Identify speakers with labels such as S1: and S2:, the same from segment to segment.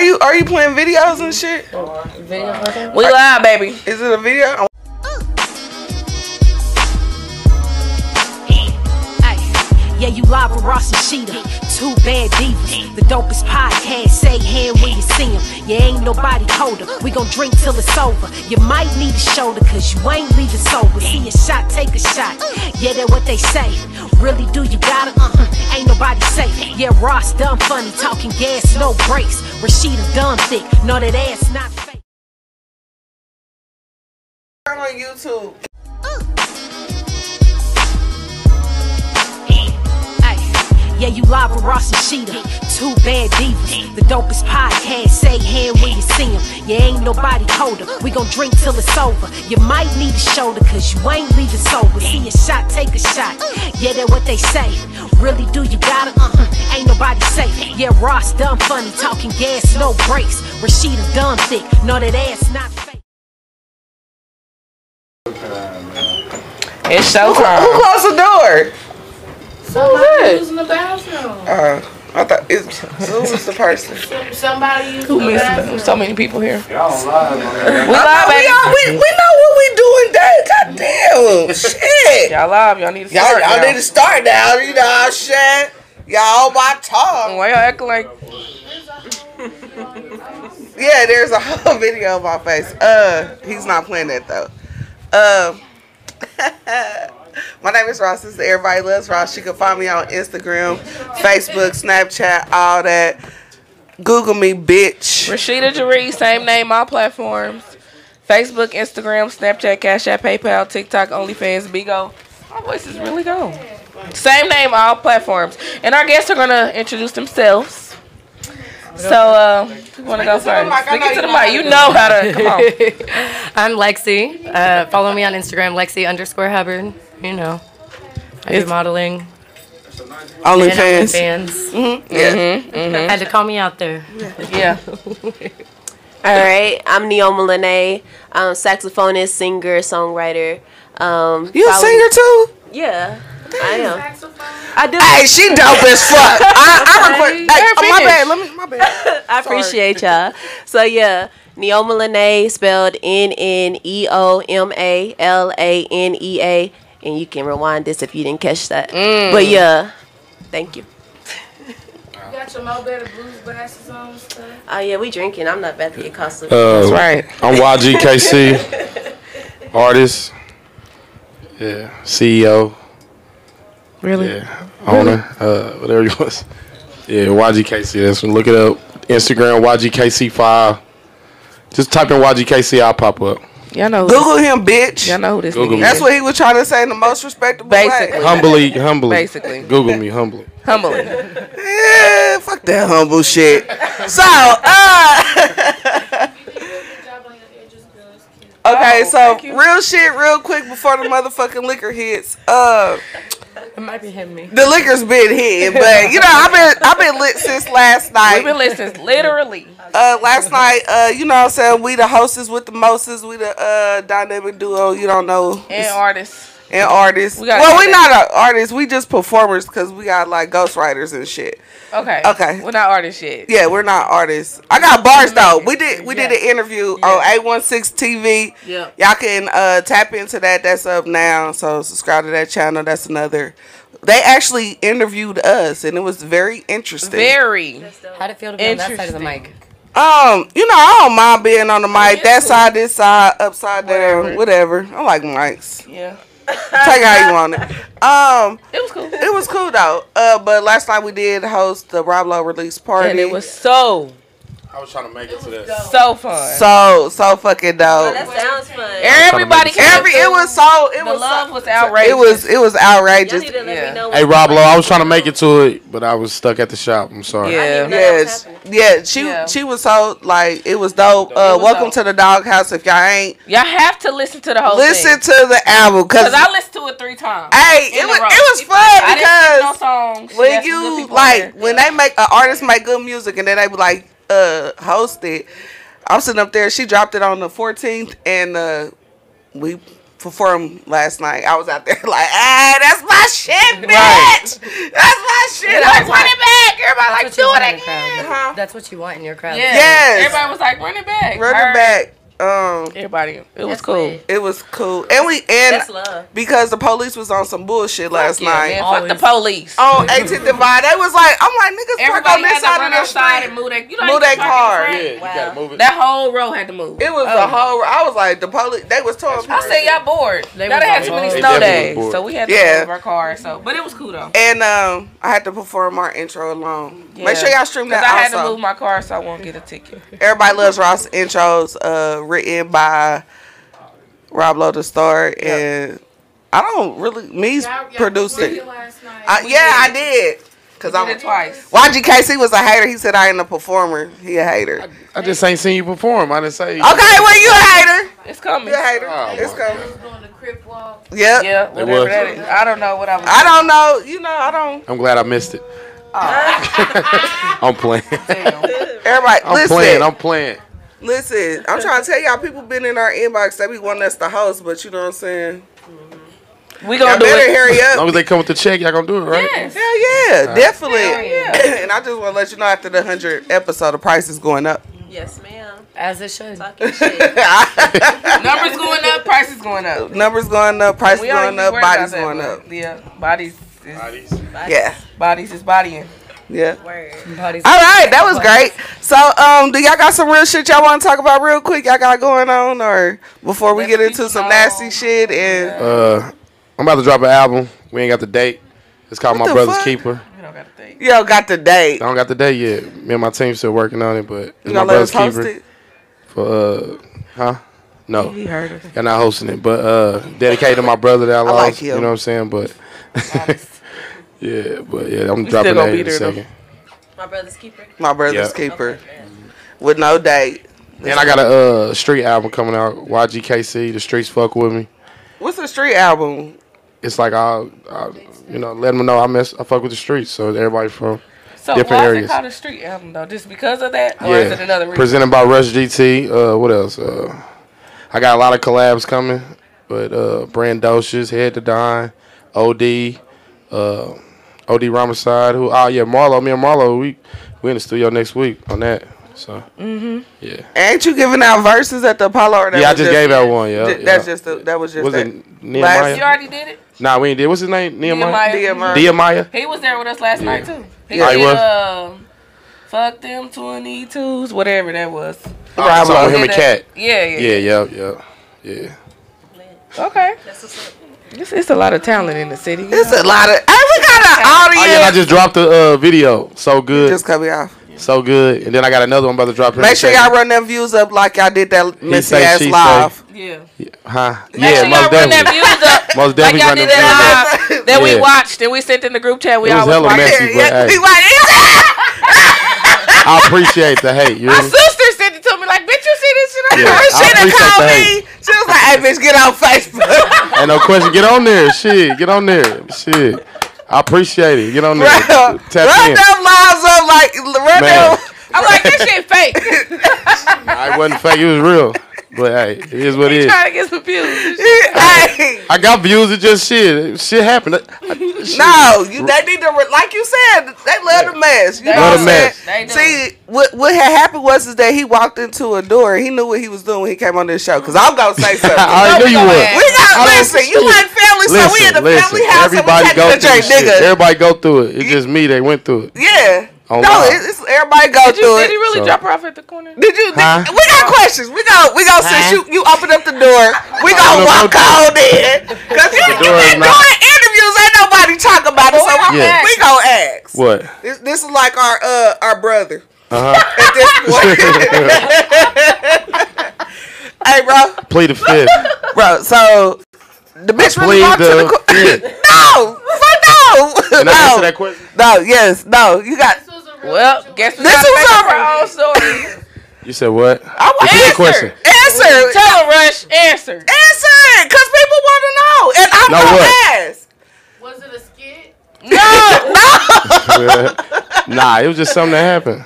S1: you are you playing videos and shit?
S2: We live, baby.
S1: Is it a video?
S3: Ay, Yeah, you live with Ross and Sheeta. Two bad divas. The dopest podcast. Say hand when you see him. You ain't nobody colder. We gon' drink till it's over. You might need a shoulder, cause you ain't leaving sober. See a shot, take a shot. Yeah, that what they say. Really, do you gotta? Uh-uh. Ain't nobody safe. Yeah, Ross dumb funny. Talking gas, no brakes. Rashida dumb thick. No, that ass not fake.
S1: Turn on YouTube.
S3: Ay, Yeah, you live with Ross and Sheeta. Two bad divas. The dopest podcast. Say hand when you see him. You ain't nobody colder. We gon' drink till it's over. You might need a shoulder, cause you ain't leaving sober. See a shot, take a shot. Yeah, that what they say. Really, do you gotta? Uh-uh. Ain't nobody safe. Yeah, Ross dumb funny. Talking gas, no brakes. Rashida dumb thick. No, that ass not fake.
S2: It's
S1: Who
S2: showtime.
S1: closed the door?
S4: Somebody using the bathroom.
S1: Uh, I thought it who was the person.
S4: Somebody using
S2: Who
S4: the
S2: missed
S4: bathroom.
S2: it? So many people here.
S5: Y'all live on that.
S2: We live,
S1: we,
S2: baby.
S1: all, we, we know what we doing, Dad. God damn. Shit.
S2: Y'all live. Y'all need to
S1: Y'all,
S2: start
S1: y'all
S2: now.
S1: need to start now. You know what I'm saying? Y'all my talk.
S2: Why y'all acting like?
S1: Yeah, there's a whole video of my face. Uh, he's not playing that though. Um, my name is Ross. This is Everybody Loves Ross. You can find me on Instagram, Facebook, Snapchat, all that. Google me, bitch.
S2: Rashida Jaree, same name, all platforms. Facebook, Instagram, Snapchat, Cash App, PayPal, TikTok, OnlyFans, Bigo. My voice is really gone. Same name, all platforms. And our guests are gonna introduce themselves. So, uh, who wanna go first? Speak into the mic. You know how to. Come on.
S6: I'm Lexi. Uh, follow me on Instagram, Lexi underscore Hubbard. You know, I do modeling and
S1: OnlyFans.
S6: fans. Mm-hmm.
S1: Yeah.
S6: Had to call me out there.
S2: Yeah.
S7: All right, I'm Neoma Malene, um, saxophonist, singer, songwriter. Um,
S1: You a
S7: follow-
S1: singer too?
S7: Yeah, I am.
S4: Saxophone.
S7: I do.
S1: Hey, she dope as fuck. I, I record. Hey,
S2: Let her
S1: oh, my
S2: finish.
S1: bad. Let me. My bad.
S7: I appreciate y'all. So yeah, Neoma Lene spelled N N E O M A L A N E A, and you can rewind this if you didn't catch that.
S1: Mm.
S7: But yeah, thank you.
S4: You got your Mo Better Blues glasses on and stuff.
S7: Oh yeah, we drinking. I'm not about to get costly.
S5: Uh,
S2: Right.
S5: I'm YGKC, artist. Yeah, CEO.
S2: Really?
S5: Yeah, owner. Uh, whatever you was. Yeah, YGKC. That's when look it up. Instagram YGKC five. Just type in YGKC. I'll pop up.
S2: Y'all know. Who,
S1: Google him, bitch.
S2: y'all know who this
S5: Google
S2: nigga
S5: me.
S2: is.
S1: That's what he was trying to say in the most respectable
S2: Basically.
S1: way.
S5: Humbly, humbly.
S2: Basically.
S5: Google me humbly.
S2: Humbling.
S1: Yeah, Eh, fuck that humble shit. So, uh,
S4: Good job on your ear, just girl. It's cute.
S1: okay,
S2: Oh,
S1: so
S2: thank you.
S1: real shit, real quick before the motherfucking liquor hits. Uh,
S6: It might be hitting me.
S1: the liquor's been hitting, but you know I've been I've been lit since last night.
S2: We've been listening, literally.
S1: uh, last night, uh, you know what I'm saying? We the hostess with the mostest. We the uh, dynamic duo. You don't know.
S2: And artists.
S1: and artists.
S2: We gotta
S1: well,
S2: get
S1: we
S2: that.
S1: not a artists. We just performers because we got like ghostwriters and shit.
S2: Okay.
S1: Okay.
S2: We're not artists yet.
S1: Yeah, we're not artists. I got bars though. We did we did an interview on A16 TV.
S2: Yeah.
S1: Y'all can uh, tap into that. That's up now. So subscribe to that channel. That's another. They actually interviewed us, and it was very interesting.
S2: Very.
S6: How'd it feel to be on that side of the mic?
S1: Um, you know, I don't mind being on the mic. That side, this side, upside down, whatever. I like mics.
S2: Yeah.
S1: Take it how you want it. Um,
S2: It was cool.
S1: it was cool though. Uh, but last night we did host the Roblo release party.
S2: And it was so,
S5: I was trying to make it to that.
S2: so fun.
S1: so so fucking dope.
S7: Oh, that sounds fun.
S2: Everybody came.
S1: Every it was so it
S2: the
S1: was
S2: love
S1: so,
S2: was outrageous.
S1: it was it was outrageous.
S7: Y'all need to let
S2: yeah.
S7: me know.
S5: Hey Roblo, I was trying to make it to it, but I was stuck at the shop. I'm sorry.
S2: Yeah.
S1: Yes, yeah. She
S2: Yeah.
S1: she was so like it was dope. Uh,
S2: was
S1: welcome
S2: dope.
S1: to the doghouse. If y'all ain't
S2: Y'all have to listen to the whole
S1: listen to the album, cause,
S2: because I listened to it three times.
S1: hey,
S2: in
S1: it
S2: a
S1: was it
S2: row.
S1: was
S2: I didn't
S1: fun
S2: see no songs.
S1: because
S2: She
S1: when
S2: had some good
S1: you
S2: people on
S1: like
S2: there.
S1: when they make an artist make good music and then they be like uh host it. I'm sitting up there. She dropped it on the 14th and uh we. perform last night. I was out there like, ah, that's my shit, bitch. That's my shit. I want it back. Everybody like, do
S6: That's what you want
S1: it
S6: in a crowd.
S1: again. Huh?
S6: That's what you want in your crowd.
S2: Yeah.
S1: Yes.
S2: Everybody was like, run it back.
S1: Run
S2: Heard.
S1: it back. Um,
S2: Everybody. It was
S6: That's
S2: cool.
S6: lit.
S1: it was cool, and we and
S6: That's love.
S1: because the police was on some bullshit last
S2: Yeah,
S1: night.
S2: man,
S6: Always.
S2: fuck the police.
S1: on 18th Divide. They was like, I'm like, niggas park on
S2: Everybody
S1: this
S2: had to
S1: side
S2: run
S1: of the
S2: outside and
S1: street.
S2: move that. You know,
S1: Move their
S2: they
S1: car.
S2: car.
S5: Yeah, you gotta move it.
S2: That whole row had to move. Oh.
S1: It was the whole. I was like, the police. They was towing.
S2: I said y'all bored.
S6: They
S2: y'all
S6: was
S2: done had
S6: bored.
S2: too many
S5: They
S2: snow
S5: definitely
S2: days,
S5: was bored.
S2: so we had to
S1: Yeah.
S2: move our car. So, but it was cool though.
S1: And um, I had to perform our intro alone.
S2: Yeah.
S1: Make sure y'all stream
S2: 'Cause
S1: that
S2: I had
S1: also.
S2: to move my car, so I won't get a ticket.
S1: Everybody loves Ross intros, uh, written by Rob Lowe the Star, and I don't really me's
S4: Y'all- y'all
S1: produced
S4: was
S1: it.
S4: late Last night.
S1: I, yeah, I did. Cause
S2: I did
S1: I'm
S2: it twice.
S1: YGKC was a hater. He said I ain't a performer. He a hater. Okay,
S5: I just ain't seen you perform. I didn't say.
S1: well you a hater.
S2: It's coming.
S1: You a hater.
S5: Oh,
S1: it's
S5: my
S1: coming.
S4: We was doing the crip walk.
S1: Yep.
S2: Yeah, whatever
S5: was.
S2: that is. I don't know what I was.
S1: I don't know. You know, I don't.
S5: I'm glad I missed it.
S2: Oh.
S5: I'm playing.
S1: Everybody,
S5: I'm
S1: listen,
S5: playing. I'm playing.
S1: listen. I'm trying to tell y'all, people been in our inbox that we want us to host, but you know what I'm saying.
S2: We
S1: Y'all
S2: gonna do
S1: better
S2: it.
S1: hurry
S5: As long
S1: up.
S5: as they come with the check, y'all gonna do it, right?
S2: Yes.
S1: Hell yeah, definitely.
S2: yeah.
S1: and I just want to let you know after the hundred episode, the price is going up.
S7: Yes, ma'am.
S6: As it should.
S7: Talking shit.
S2: Numbers going up, prices going up.
S1: Numbers going up, price
S2: We
S1: going
S2: don't even
S1: up,
S2: worry about
S1: bodies
S2: that,
S1: going
S2: but
S1: up.
S2: Yeah, bodies. Is,
S1: Yeah,
S2: Bodies is bodying.
S1: yeah.
S6: Bodies-
S1: All right, that was great. So, um, do y'all got some real shit y'all want to talk about real quick? Y'all got going on, or before we get into some nasty shit and
S5: Uh, I'm about to drop an album. We ain't got the date. It's called
S1: What
S5: My
S1: the
S5: Brother's
S1: fuck?
S5: Keeper.
S2: You don't gotta think.
S1: yo got the date.
S5: I don't got the date yet. Me and my team still working on it, but it's
S1: You
S5: My
S1: gonna let
S5: Brother's
S1: us host
S5: Keeper.
S1: it?
S5: For uh, huh? No,
S2: He heard us.
S5: y'all not hosting it, but uh, dedicated to my brother that I lost.
S1: like
S5: you
S1: him.
S5: know what I'm saying? But yeah, but yeah,
S2: still
S5: I'm
S2: gonna
S5: dropping that
S2: be
S5: in a
S2: there, though.
S5: second.
S7: My brother's keeper.
S1: My brother's
S5: Yeah.
S1: keeper with no date.
S5: And I got a uh, street album coming out. YGKC, The Streets Fuck With Me.
S1: What's a street album?
S5: It's like I, I you know, let them know I mess, I fuck with the streets. So everybody from
S2: So
S5: Different
S2: why is
S5: areas.
S2: it called a street album though? Just because of that, or is it another reason?
S5: Presented by Rush GT. Uh, what else? Uh, I got a lot of collabs coming, but uh, Brandocious, Head to Dine, OD, uh, OD Ramaside. Who? Oh yeah, Marlo. Me and Marlo, we we in the studio next week on that. So yeah,
S1: Ain't you giving out verses at the Apollo? Or that
S5: yeah. I
S1: was
S5: just gave out one. Yeah,
S1: ju- That's just the, that was just
S5: was
S1: that.
S5: it Nehemiah?
S2: you already did it.
S5: Nah, we ain't did. What's his name? Nehemiah.
S1: Nehemiah.
S5: Nehemiah.
S2: He was there with us last night too. He
S5: Yeah, he
S2: did,
S5: was.
S2: uh, fuck them twenty twos, whatever that was.
S5: I
S1: Bravo.
S5: saw him and
S2: Did
S5: Cat.
S2: that- Yeah, yeah.
S5: Yeah, yeah, yeah, yeah.
S2: Okay. It's, it's a lot of talent in the city. you
S1: It's
S2: know?
S1: a lot of. Hey, we got an audience.
S5: Oh yeah, and I just dropped the uh, video. So good,
S1: just cut me off.
S5: so good. And then I got another one about to drop. here in a
S1: Make sure
S5: second.
S1: y'all run them views up like y'all did that messy
S5: say,
S1: ass
S5: she
S1: live.
S2: yeah.
S5: Huh?
S2: Make
S5: Yeah,
S2: sure y'all
S5: most
S2: run that
S5: definitely.
S2: views up. like
S5: Most definitely
S2: y'all
S5: run
S2: did
S5: them views.
S2: that live that we
S5: Yeah.
S2: watched and we sent in the group chat. We
S5: It was
S2: all was
S5: hella
S2: watching.
S5: messy, but hey,
S1: we like, yeah.
S5: I appreciate the hate. You
S2: My
S5: hear me?
S2: sister sent it to me like, bitch, you see this shit? on
S5: Yeah,
S2: your
S5: I
S1: she done
S5: appreciate
S1: called
S5: the
S1: me. She was like, "Hey, bitch, get on Facebook."
S5: Ain't no question. Get on there. Shit, get on there. Shit, I appreciate it. Get on there.
S1: run
S5: Tap in.
S1: them lives up like run
S5: Man.
S1: them.
S2: I'm like, this shit fake.
S5: I wasn't fake. It was real. But hey, it is what it is.
S2: Trying to get some views.
S1: hey,
S5: I got views. It just shit. Shit happened. I- shit.
S1: No, you, they need to, re- like you said, they love the mess. You
S2: They
S1: know
S5: Love
S1: what I'm
S5: the mess.
S1: saying?
S2: They do.
S1: See, what, what had happened was is that he walked into a door. He knew what he was doing when he came on this show. Because I'm going to say something.
S5: I already knew you would.
S1: we got,
S5: I don't-
S1: listen, you like family, so we in the family house and we
S5: everybody
S1: taking a
S5: go through
S1: drink,
S5: this shit.
S1: nigga.
S5: Everybody go through it. It's just me. They went through it.
S1: yeah.
S5: Oh,
S1: no,
S5: wow.
S1: it's, it's everybody go
S2: Did you
S1: through
S2: did he
S1: it.
S2: really
S5: So-
S2: drop her off at the corner?
S1: Did you? Did,
S5: Huh?
S1: We got questions. We go. We go. Since you you open up the door, we
S5: Open
S1: gonna
S5: up
S1: walk
S5: the door.
S1: on in. Cause you, you
S5: door
S1: been
S5: is not-
S1: doing interviews. Ain't nobody talking about it. So we,
S5: Yeah.
S1: we gonna ask.
S5: What?
S1: This, this is like our uh our brother
S5: Uh
S1: at this point. hey, bro,
S5: huh. Plead the fifth.
S1: bro. So the bitch really
S5: Plead
S1: walked to the
S5: the
S1: court.
S5: fifth.
S1: no, fuck no,
S5: Can I answer
S1: no,
S5: that question?
S1: no. Yes, no. You got.
S4: This was a real
S2: Well, guess we
S1: This
S2: gotta
S1: was
S2: make up
S1: our-
S2: our own story.
S5: You said what?
S1: I want
S5: Repeat the
S1: answer.
S5: question.
S1: Answer.
S2: Tell her, Rush, answer.
S1: answer because people want to know, and I'm
S5: Know
S1: gonna
S5: what?
S1: ask.
S4: Was it a skit?
S5: nah, it was just something that happened.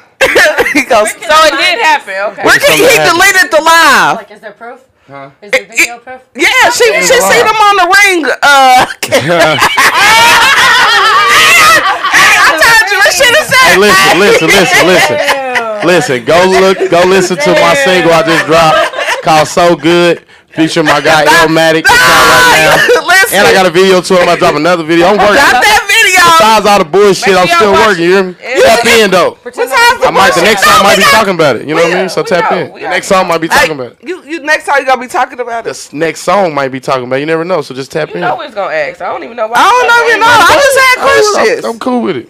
S1: he goes.
S2: So it did happen. Okay.
S1: Ricky, he
S5: something happened.
S1: deleted the live.
S6: Like, is there proof?
S5: Huh?
S6: Is the video perfect?
S1: Yeah, she she
S5: wow.
S1: seen them on the ring. Uh, I told you I should have said.
S5: Hey, listen, listen, listen, listen. Listen, go look, go listen to my single I just dropped called So Good, featuring my guy Illmatic. It's out right now.
S1: listen,
S5: And I got a video to him. I drop another video. I'm
S1: got
S5: working.
S1: that video.
S5: Besides all the bullshit, I'm
S2: Um, y'all
S5: still
S2: watch
S5: working. You hear me? Tap in though.
S1: What time's
S5: I might the next time I might be
S1: bullshit?
S5: talking about it. You know what I mean? So
S2: we
S5: tap
S2: know,
S5: in.
S2: we
S5: The next song might be talking about it.
S1: Like, you, you next time you gonna be talking about
S5: The
S1: it.
S5: s- next song might be talking about. it. You never know. So just tap
S2: You
S5: in. Oh,
S2: know we was gonna ask. I don't even know why.
S1: I don't know you know. I just had
S5: I'm,
S1: questions.
S5: I'm cool with it.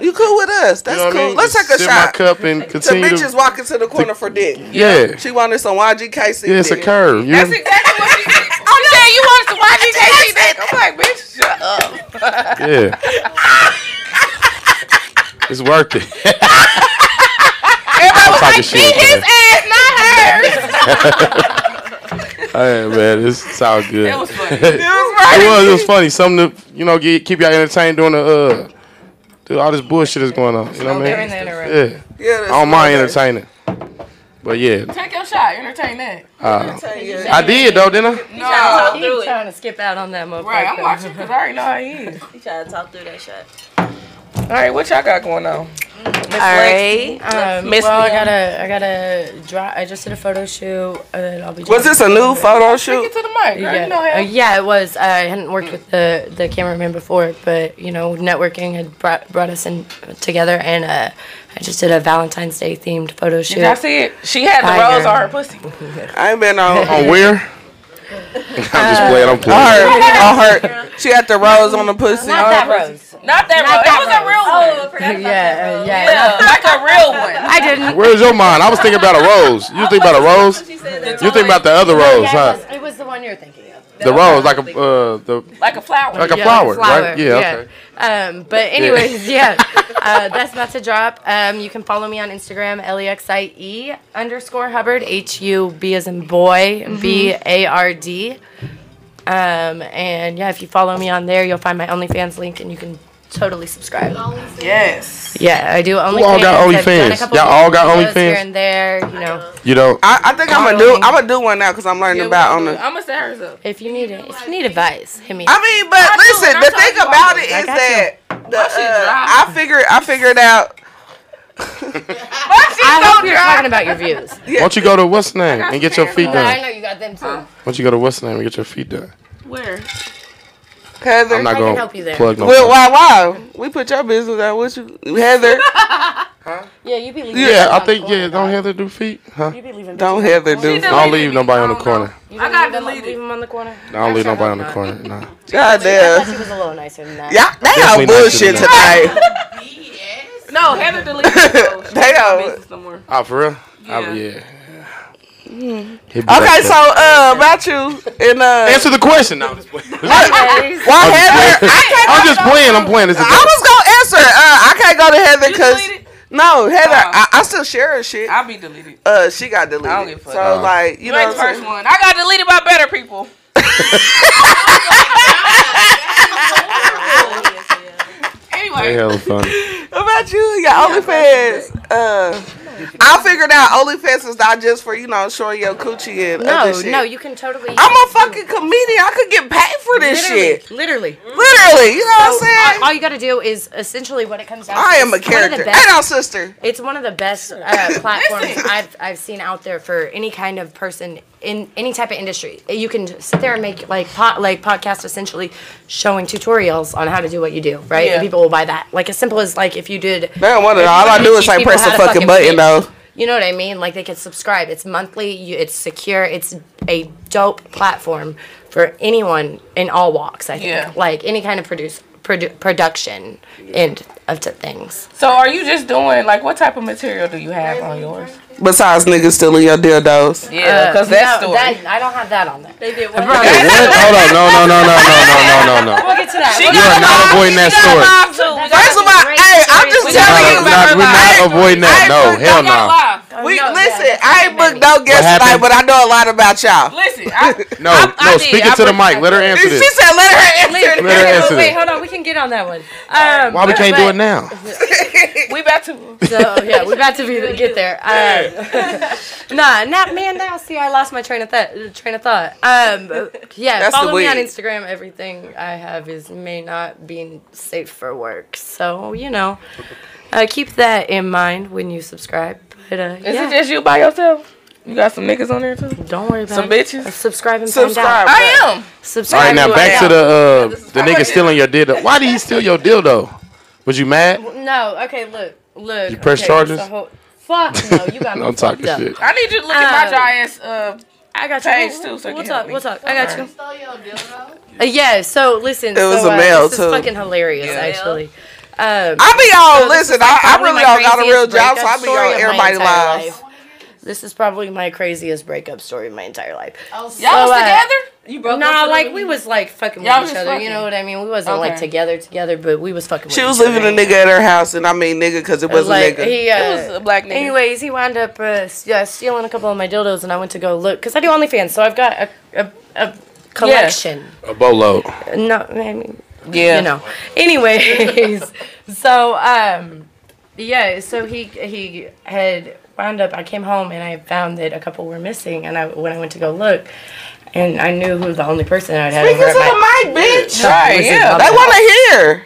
S1: You cool with us? That's
S5: You know what I
S1: cool.
S5: mean?
S1: Let's
S5: Just
S1: take a
S5: sip
S1: shot.
S5: my cup and
S1: The
S5: continue.
S1: bitch is
S5: to-
S1: walking to the corner for dick.
S5: Yeah.
S1: She wanted some YGKC.
S5: Yeah, it's a
S1: dick.
S5: curve. You
S2: That's exactly what she said. I'm saying you want us to watch it, that. I'm like, bitch, shut up.
S5: Yeah. it's worth it.
S2: Everybody was
S5: talking
S2: like,
S5: shit,
S2: beat his
S5: man.
S2: ass, not hers.
S5: hey, man, it's, it's all good.
S2: That was funny.
S5: it was. It was, funny. Something to you know get, keep y'all entertained during the uh, dude, all this bullshit is going on. You know what I
S6: During
S5: mean?
S6: the interim.
S5: Yeah.
S1: Yeah,
S5: I don't mind entertaining. But yeah,
S2: Take your shot. Entertain that.
S5: uh,
S1: entertaining.
S5: I did though, didn't I?
S2: No.
S6: He ain't trying to skip out on that motherfucker.
S2: Right, I'm watching because I already know how he is.
S7: You try to talk through that shot.
S2: All right, what y'all got going on?
S7: All right.
S6: Um,
S2: Miss
S6: well, I
S2: Leanne.
S6: gotta, I gotta draw. I just did a photo shoot, and then I'll be.
S1: Was
S6: doing-
S1: this a new photo
S2: Get
S1: shoot?
S2: to the mic. Girl. You know
S6: Yeah.
S2: how.
S6: Uh, yeah, it was. I hadn't worked with the the cameraman before, but you know, networking had brought brought us in together, and uh, I just did a Valentine's Day themed photo shoot.
S2: Did y'all see it? She had the
S6: Fire.
S2: rose on her pussy.
S1: I ain't been on.
S5: On where? I'm just playing. I'm playing.
S1: I heard. On her. She had the rose on the pussy.
S6: Not that rose.
S2: Not that rose. Oh, it was a real one.
S6: Yeah, uh, yeah.
S2: Yeah, like a real one.
S6: I didn't.
S5: Where's your mind? I was thinking about a rose. You think about a rose? You think about the other rose,
S6: Yeah,
S5: huh?
S6: it, was, it was the one you're thinking of.
S5: The rose, like a uh, the
S2: Like a flower.
S5: like a
S6: Yeah,
S5: flower, right? Yeah. Okay.
S6: Um, but anyways, yeah, uh, that's about to drop. Um, you can follow me on Instagram, E lexie underscore Hubbard, H U B as in boy,
S5: Mm-hmm.
S6: B A R D. Um, and yeah, if you follow me on there, you'll find my OnlyFans link, and you can totally subscribe.
S2: yes.
S6: Yeah, I do OnlyFans. I've
S5: all got
S6: done a
S5: OnlyFans?
S6: couple
S5: Y'all all got
S6: videos Here
S5: OnlyFans?
S6: and there, you know.
S5: You don't.
S1: I, I think I'm gonna do. I'm gonna do one now because I'm learning about on the.
S2: I'm gonna set hers up.
S6: If you need it, if you need advice, hit me.
S1: I
S6: up.
S1: mean, but
S2: I do,
S1: listen,
S2: and I
S1: the
S2: told
S1: thing
S2: you I
S1: about
S2: do.
S1: it
S6: I
S1: is
S6: got
S1: that the,
S2: shit
S1: uh,
S2: dry.
S1: I figured I figured out.
S6: I hope you're talking about your views.
S5: Why don't you go to what's name and get your feet
S6: I
S5: done? Why
S6: know you got them too.
S5: don't you go to what's name and get your feet done?
S2: Where?
S1: Heather,
S5: I'm not
S6: can
S5: gonna
S6: help you there.
S5: plug no.
S1: well, wow, wow, we put your business out. What you, Heather?
S6: Yeah, you be leaving.
S5: Yeah, I think yeah. Don't Heather do feet, huh?
S6: You be leaving.
S1: Don't Heather do.
S5: I don't leave nobody on the corner.
S2: I got deleted.
S6: him on the corner.
S5: I don't leave nobody on the corner. Nah.
S1: God damn.
S6: was a little nicer than that.
S1: Y'all, they are
S5: Definitely not
S1: bullshit
S5: shitting
S1: tonight.
S2: No, Heather deleted. it, so
S1: They
S2: she's
S1: are-
S2: my business no more.
S5: Oh, for real? Oh,
S2: Yeah.
S5: yeah. Hit me
S1: Okay,
S5: back
S1: so
S5: up.
S1: uh, about you and uh,
S5: answer the question. No, I'm just playing.
S1: why
S5: I'm just
S1: Heather?
S5: playing.
S1: I can't.
S5: I'm just playing. I'm playing. It's a
S1: I was gonna answer. Uh, I can't go to Heather
S2: You
S1: because
S2: deleted?
S1: no, Heather.
S2: Oh.
S1: I, I still share her shit.
S2: I'll be deleted.
S1: Uh, she got
S2: I don't
S1: deleted.
S2: give a fuck.
S1: So
S5: Oh.
S1: like, you
S2: You
S1: know,
S2: ain't
S1: what
S2: the
S1: I'm
S2: first
S1: saying?
S2: one. I got deleted by better people.
S5: They
S2: Anyway,
S5: hella fun.
S1: What about you? Your OnlyFans. Uh, I figured out OnlyFans is not just for you know showing your coochie and
S6: No,
S1: other shit.
S6: no, you can totally.
S1: I'm a fucking comedian. I could get paid for this
S6: literally,
S1: shit.
S6: Literally.
S1: Literally, you know what I'm
S6: All,
S1: saying?
S6: all you got to do is essentially what it comes down to.
S1: I am a
S6: is one of the
S1: character. Hey,
S6: best-
S1: now, sister.
S6: It's one of the best uh, platforms I've, I've seen out there for any kind of person in any type of industry. You can sit there and make like pot like podcast essentially showing tutorials on how to do what you do, right? And
S2: Yeah.
S6: people will buy that. Like as simple as like if you did.
S1: Man, one of the- all I do is like press the fucking button though.
S6: You know what I mean? Like they can subscribe. It's monthly. You, it's secure. It's a dope platform for anyone in all walks. I think.
S2: Yeah.
S6: Like any kind of produce produ- production end of t- things.
S2: so are you just doing like what type of material do you have on yours?
S1: Besides niggas stealing your dildos.
S2: Yeah, because that's
S6: Uh, no,
S2: story.
S6: that, I don't have that on there.
S7: They did one.
S5: Hey, what? Hold on. No, no, no, no, no, no, no, no, no.
S6: We'll get to that.
S2: She
S6: We'll
S5: You
S6: get-
S5: are not avoiding that story.
S1: First of all, hey, I'm just
S5: No,
S1: telling you
S5: we're not,
S1: about her
S5: we're
S1: life.
S5: not avoiding that.
S1: I
S5: No,
S1: ain't-
S2: Ah,
S5: hell
S1: I
S5: no.
S1: We
S6: no,
S1: Listen, I ain't booked no guest tonight,
S5: happened?
S1: but I know a lot about y'all.
S2: Listen, I,
S5: No,
S2: I, I
S5: no.
S2: did.
S5: Speak
S2: I
S5: it to the
S2: booked my
S5: mic. Let her
S2: flight.
S5: answer
S1: She
S5: this.
S1: said, "Let her answer."
S6: Wait,
S5: Let her
S6: wait,
S5: answer
S6: wait,
S5: this.
S6: hold on. We can get on that one. Um,
S5: Why we
S6: but-
S5: can't do
S6: but-
S5: it now?
S6: We about to. So yeah, we about to be, get there. Uh, nah, not man now. See, I lost my train of thought. Train of thought. Um, yeah,
S1: That's the
S6: follow me on
S1: weed.
S6: Instagram. Everything I have is may not be safe for work, so you know, uh, keep that in mind when you subscribe. But uh,
S2: Is
S6: yeah,
S2: it just you by yourself? You got some niggas on there too?
S6: don't worry about
S2: some
S6: it.
S2: bitches?
S6: Uh, Subscribe and find
S1: Subscribe.
S6: out.
S2: I am.
S5: All
S6: Subscribe.
S5: right, now
S6: and
S5: back to
S6: find
S5: the
S6: out.
S5: uh, the nigga stealing your dildo. Why did he steal your dildo? Was you mad?
S6: No, okay, look, look.
S5: You press
S6: okay,
S5: charges?
S6: so ho- Fuck no, you got me.
S5: I'm
S6: fucked
S5: talking
S6: up.
S5: shit.
S2: I need you to look at my
S6: Um,
S2: dry ass. Uh,
S6: I got you.
S2: Page
S6: We'll-
S2: two, so
S6: we'll
S2: you can
S6: talk.
S2: help me.
S6: We'll talk. I got you.
S4: Stole your dildo?
S6: Uh, yeah, so listen.
S1: It was
S6: so,
S1: a
S6: uh,
S1: male,
S6: This
S1: too.
S6: is fucking hilarious, actually. Um,
S1: I be on.
S6: so this
S1: Listen,
S6: is, like,
S1: I, I
S6: probably
S1: really
S6: my
S1: don't got a real
S6: craziest
S1: job, so I
S6: breakup
S1: be
S6: story
S1: on
S6: of my
S1: everybody
S6: entire
S1: lives.
S6: life. This is probably my craziest breakup story of my entire life.
S4: Oh,
S2: y'all
S6: So,
S2: was
S6: uh,
S2: together? You broke
S6: Nah,
S2: up?
S6: like we was like fucking with
S2: Y'all
S6: each
S2: was
S6: other.
S2: fucking.
S6: You know what I mean? We wasn't like
S2: Okay.
S6: together, together, but we was fucking.
S1: She
S6: with
S1: was
S6: each
S1: leaving a
S6: other.
S1: nigga at her house, and I mean nigga because it was a
S6: like
S1: nigga.
S6: he. Uh,
S2: It was a black nigga.
S6: Anyways, he wound up uh, s- yeah, stealing a couple of my dildos, and I went to go look because I do OnlyFans, so I've got a a, a collection.
S5: A bolo.
S6: No, I mean,
S2: yeah.
S6: you know. Anyways, so um, yeah, so he he had wound up. I came home and I found that a couple were missing, and I when I went to go look, and I knew who the only person I had. over
S1: Because
S6: at
S1: of
S6: my-
S1: my bitch. Right,
S6: listen,
S1: yeah.
S6: my
S1: They
S6: bad.
S1: want to hear.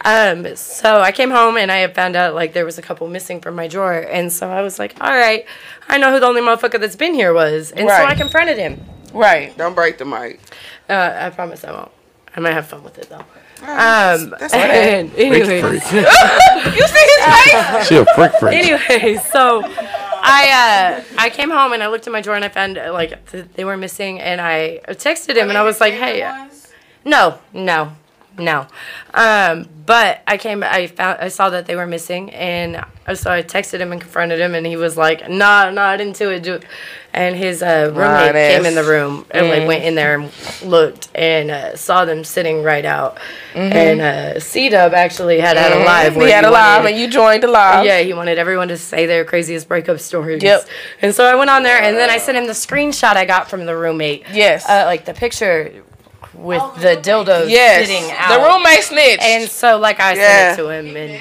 S6: um, so I came home and I had found out like there was a couple missing from my drawer, and so I was like, all right, I know who the only motherfucker that's been here was, and so
S2: Right.
S6: I confronted him.
S2: Right.
S1: Don't break the mic.
S6: Uh, I promise I won't. I might have fun with it though. Um,
S1: that's not bad.
S6: and anyway,
S5: Freak freak. she a freak freak.
S6: anyway, so I uh, I came home and I looked in my drawer and I found uh, like th- they were missing and I texted him and I was like, hey, uh, no, no, no. Um, but I came, I found, I saw that they were missing and so I texted him and confronted him and he was like, nah, nah, I didn't do it. do it." And his uh, roommate
S2: Lying ass.
S6: came in the room and like went in there and looked and uh, saw them sitting right out. And uh, C Dub actually had had a live. where
S2: We Mm-hmm. had a live,
S6: wanted-
S2: and you joined the live.
S6: yeah, he wanted everyone to say their craziest breakup stories.
S2: Yep.
S6: And so I went on there, and then I sent him the screenshot I got from the roommate.
S2: Yes.
S6: Uh, like the picture with
S2: Oh,
S6: the dildos
S2: Yes.
S6: sitting out.
S2: The roommate snitched.
S6: And so, like, I
S1: Yeah.
S6: sent it to him, and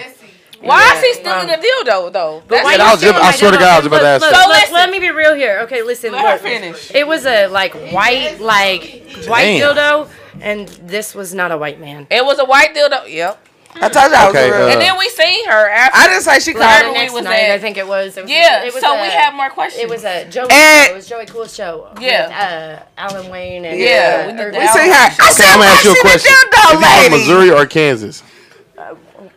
S2: why is he
S6: Yeah, um,
S2: stealing
S6: wow.
S2: the dildo though? That's
S5: why- I was just- I swear to God, I was about to ask
S6: Look,
S5: that.
S6: look,
S2: So
S6: look, let
S2: listen.
S6: me be real here. Okay, listen.
S2: Let her
S6: Look,
S2: finish.
S6: it was a like white, like white
S5: Damn.
S6: dildo, and this was not a white man.
S2: it was a white dildo. Yep.
S1: I told you I was
S5: Okay,
S1: real.
S5: uh,
S2: And then we seen her after.
S1: I didn't say she
S6: Like,
S2: Right.
S1: called
S6: the
S2: we
S6: next
S2: was
S6: night,
S2: at-
S6: I think it was. It was
S2: yeah.
S6: it was
S2: so
S6: a-
S2: we have more questions.
S6: It was a Joey.
S1: And-
S6: show. It was Joey Cool show.
S2: Yeah.
S6: With, uh, Alan Wayne and
S2: Yeah, we
S6: uh,
S2: did
S6: Irving.
S1: We see her. I
S5: Okay, I'm gonna ask you a question. Is he from
S1: Dildo lady.
S5: Missouri or Kansas?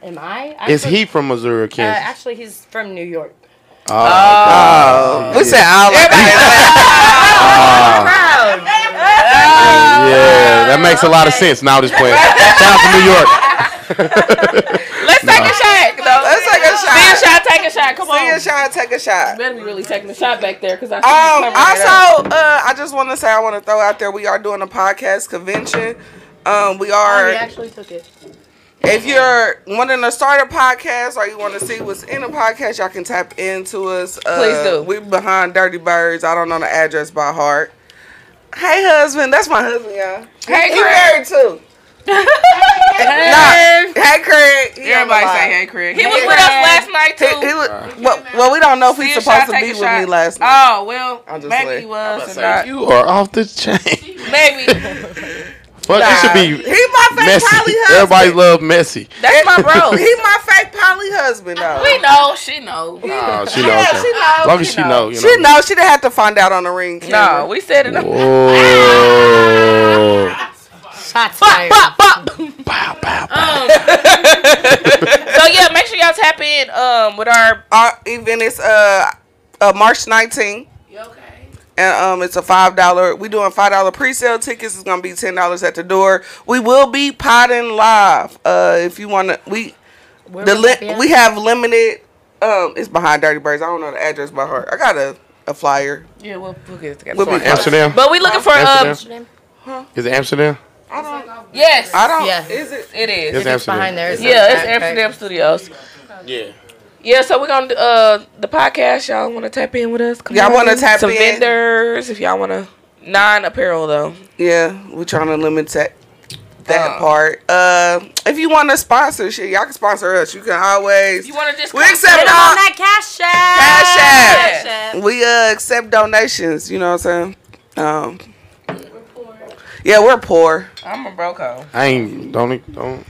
S6: Am I? I'm
S5: Is
S6: from-
S5: he from Missouri or
S6: Uh,
S5: Kansas?
S6: actually, he's from New York.
S1: Oh, we said all of that.
S5: Yeah, that makes a lot of sense. Now this place. Shout out to New York.
S2: Let's take a shot. though.
S1: Let's take a
S2: See a
S1: shot.
S2: shot. Take a shot. Come
S1: See
S2: on.
S1: a shot. Take a shot.
S2: Better be really taking a shot back there because I.
S1: Um, also, uh, I just want to say I want to throw out there we are doing a podcast convention. Um, we are.
S6: Oh, actually took it.
S1: If you're wanting to start a podcast or you want to see what's in a podcast, y'all can tap into us. Uh,
S2: Please do.
S1: We're behind Dirty Birds. I don't know the address by heart. Hey, husband. That's my husband, y'all.
S2: Hey,
S1: He
S2: Craig.
S1: married too. Nah. Hey, Craig. He on the
S2: Everybody
S1: line.
S2: say hey, Craig. He was with us last night
S1: He,
S2: too.
S1: he was, well, well, we don't know if he's
S2: See a
S1: supposed to
S2: shot, take
S1: be
S2: a
S1: with
S2: shot.
S1: me last night.
S2: Oh well,
S1: I'm just
S2: maybe
S1: like-
S2: he was and not.
S5: You are off the chain.
S2: Maybe
S5: Fuck,
S1: Nah.
S5: it should
S1: He
S5: be
S1: my fake poly
S5: messy.
S1: husband.
S5: Everybody love messy.
S2: that's my bro.
S1: He my fake poly husband though.
S2: we know, she know.
S5: Oh, she
S1: Yeah,
S5: knows.
S1: she
S5: Okay.
S1: knows.
S5: As long as she know, you know.
S1: She knows. She didn't have to find out on the ring. camera.
S2: No, we said it. Bow,
S5: Oh.
S6: Shots fired.
S2: bow, bow.
S5: Pow, pow, pow.
S2: So yeah, make sure y'all tap in um with our
S1: our event is uh, uh March 19th.
S4: You okay?
S1: And um, it's a five dollar. We doing five dollar pre sale tickets. It's gonna be ten dollars at the door. We will be potting live. Uh, if you wanna, we the
S6: will that be
S1: li-
S6: at?
S1: we have limited. Um, it's behind Dirty Birds. I don't know the address by heart. I got a, a flyer.
S2: yeah we'll, we'll get it together.
S1: We'll be
S5: Amsterdam.
S2: but we looking for um
S5: Amsterdam. Is it Amsterdam?
S1: I don't.
S2: yes
S1: I don't.
S6: Yeah.
S1: Is it?
S2: it is
S5: It's
S6: It's
S5: Amsterdam.
S6: behind there. so
S2: yeah it's
S6: not great.
S2: Amsterdam Studios.
S5: Yeah.
S2: Yeah, so we're gonna do, uh the podcast. Y'all want to tap in with us? Come
S1: Y'all
S2: on
S1: wanna
S2: in.
S1: tap
S2: some
S1: in?
S2: vendors if y'all want to non apparel though.
S1: Yeah, we're trying to limit that that
S2: Uh.
S1: part. Uh, if you want to sponsor shit, y'all can sponsor us. You can always.
S2: If you want to just
S1: we
S2: come-
S1: accept
S6: Get 'em on
S1: all.
S6: that cash
S1: Cash
S6: app. Cash
S1: App. We uh, accept donations. You know what I'm saying? Um, yeah, we're poor.
S2: I'm a broco. All
S5: I ain't don't don't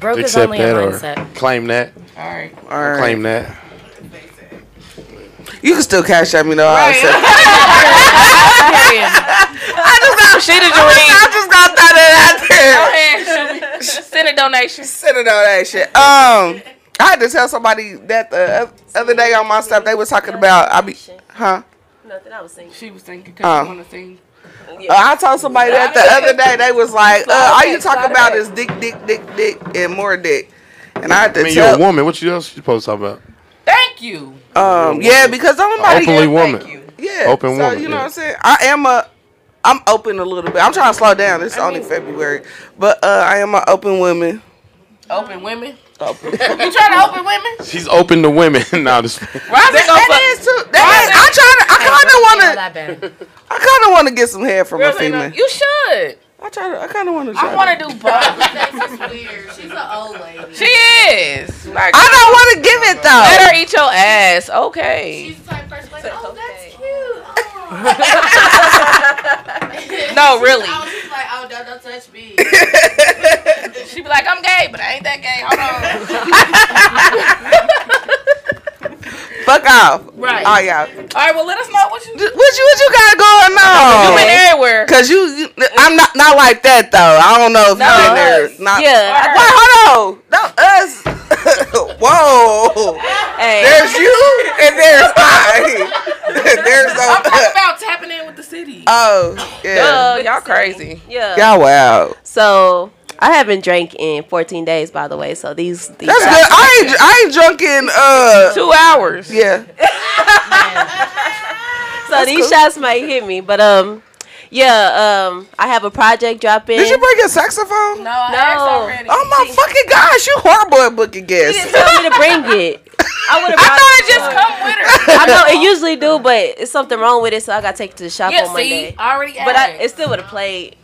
S6: Broke is
S5: accept
S6: only a
S5: that or
S6: mindset.
S5: claim that.
S2: right.
S1: All right.
S5: Claim that.
S1: You can still cash at me though. I accept.
S6: Period.
S2: She the
S1: I
S2: Jolene.
S1: just got to throw that out there.
S2: Go ahead. Send a donation.
S1: Send it all that shit. Um, I had to tell somebody that the other day on my stuff they was talking about. I be, huh?
S7: Nothing. I was saying.
S2: She was thinking
S1: Oh.
S2: because
S1: she
S2: want to sing.
S1: Uh, I told somebody that the other day. They was like, uh, "All you
S2: Slide
S1: talk
S2: it
S1: about
S2: back.
S1: is dick, dick, dick, dick, and more dick." And I had to
S5: I mean, you're a
S1: tell,
S5: woman. What you else you supposed to talk about?
S2: Thank you.
S1: um, yeah, because don't nobody,
S5: Openly
S2: thank
S5: woman.
S2: you.
S1: yeah,
S5: open
S1: so
S5: woman,
S1: You know
S5: yeah.
S1: what I'm saying? I am a, I'm open a little bit. I'm trying to slow down. It's only February, but uh, I am an open woman.
S2: Open women.
S1: Open.
S2: You trying to open women?
S5: She's open to women. nah, just
S2: Robin
S1: That,
S2: gonna
S1: that is too. That is, I try to. I kind of want to.
S6: That band.
S1: I kind of want to get some hair from a
S2: Really?
S1: female.
S2: You should.
S1: I try to. I kind of want to.
S2: I want to do both.
S4: weird. She's an old lady.
S2: she is. Like,
S1: I don't want to give it though.
S2: let her eat your ass. Okay.
S4: She's the type of person like, oh, that's cute. Oh.
S2: No, really.
S4: I was just like, oh, don't, don't touch me.
S2: She be like, I'm gay, but I ain't that gay. Hold on.
S1: Fuck off. Oh,
S2: Right.
S1: All y'all.
S2: All right, well, let us know what you Oh. do.
S1: What you what you got going
S2: You been
S1: on?
S2: everywhere.
S1: Cause you, you, I'm not not like that though. I don't know if
S2: No,
S1: you been there.
S7: us.
S1: Not,
S7: Yeah,
S1: Wait, hold on. No, us. Whoa.
S7: Hey.
S1: There's you and there's I. there's
S2: I'm talking
S1: no.
S2: about tapping in with the city.
S1: Oh yeah.
S7: Duh.
S2: Uh, y'all crazy.
S7: Yeah.
S1: Y'all wow.
S7: So I haven't drank in 14 days, by the way. So these. these
S1: That's good. I ain't I ain't drunk in uh.
S2: Two hours.
S1: Yeah.
S7: So these shots might hit me, but um, yeah. Um, I have a project dropping.
S1: Did you bring your saxophone?
S2: No, I
S7: No.
S2: asked already.
S1: Oh my fucking gosh, you horrible at booking
S7: You
S1: guests.
S7: didn't tell me to bring it. I would have.
S2: I thought it just come with her.
S7: I know it usually do, but it's something wrong with it, so I got to take it to the shop
S2: Yeah,
S7: on Monday.
S2: see, I already
S7: but I,
S2: asked.
S7: it still would have played.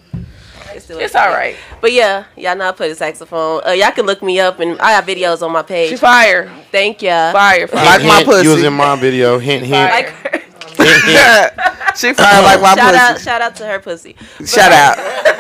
S7: It still
S2: It's
S7: would've
S2: all
S7: played.
S2: right.
S7: But yeah, y'all know I play the saxophone. Uh, y'all can look me up, and I got videos on my
S2: She
S7: page.
S2: fire.
S7: Thank y'all.
S2: Fire, fire.
S1: Like my
S5: hint,
S1: pussy.
S5: Using my video. Hint, hint.
S2: Like-
S7: Like her.
S5: hint, hint.
S1: she fired like my
S7: shout out,
S1: pussy.
S7: shout out to her pussy.
S1: Shout out.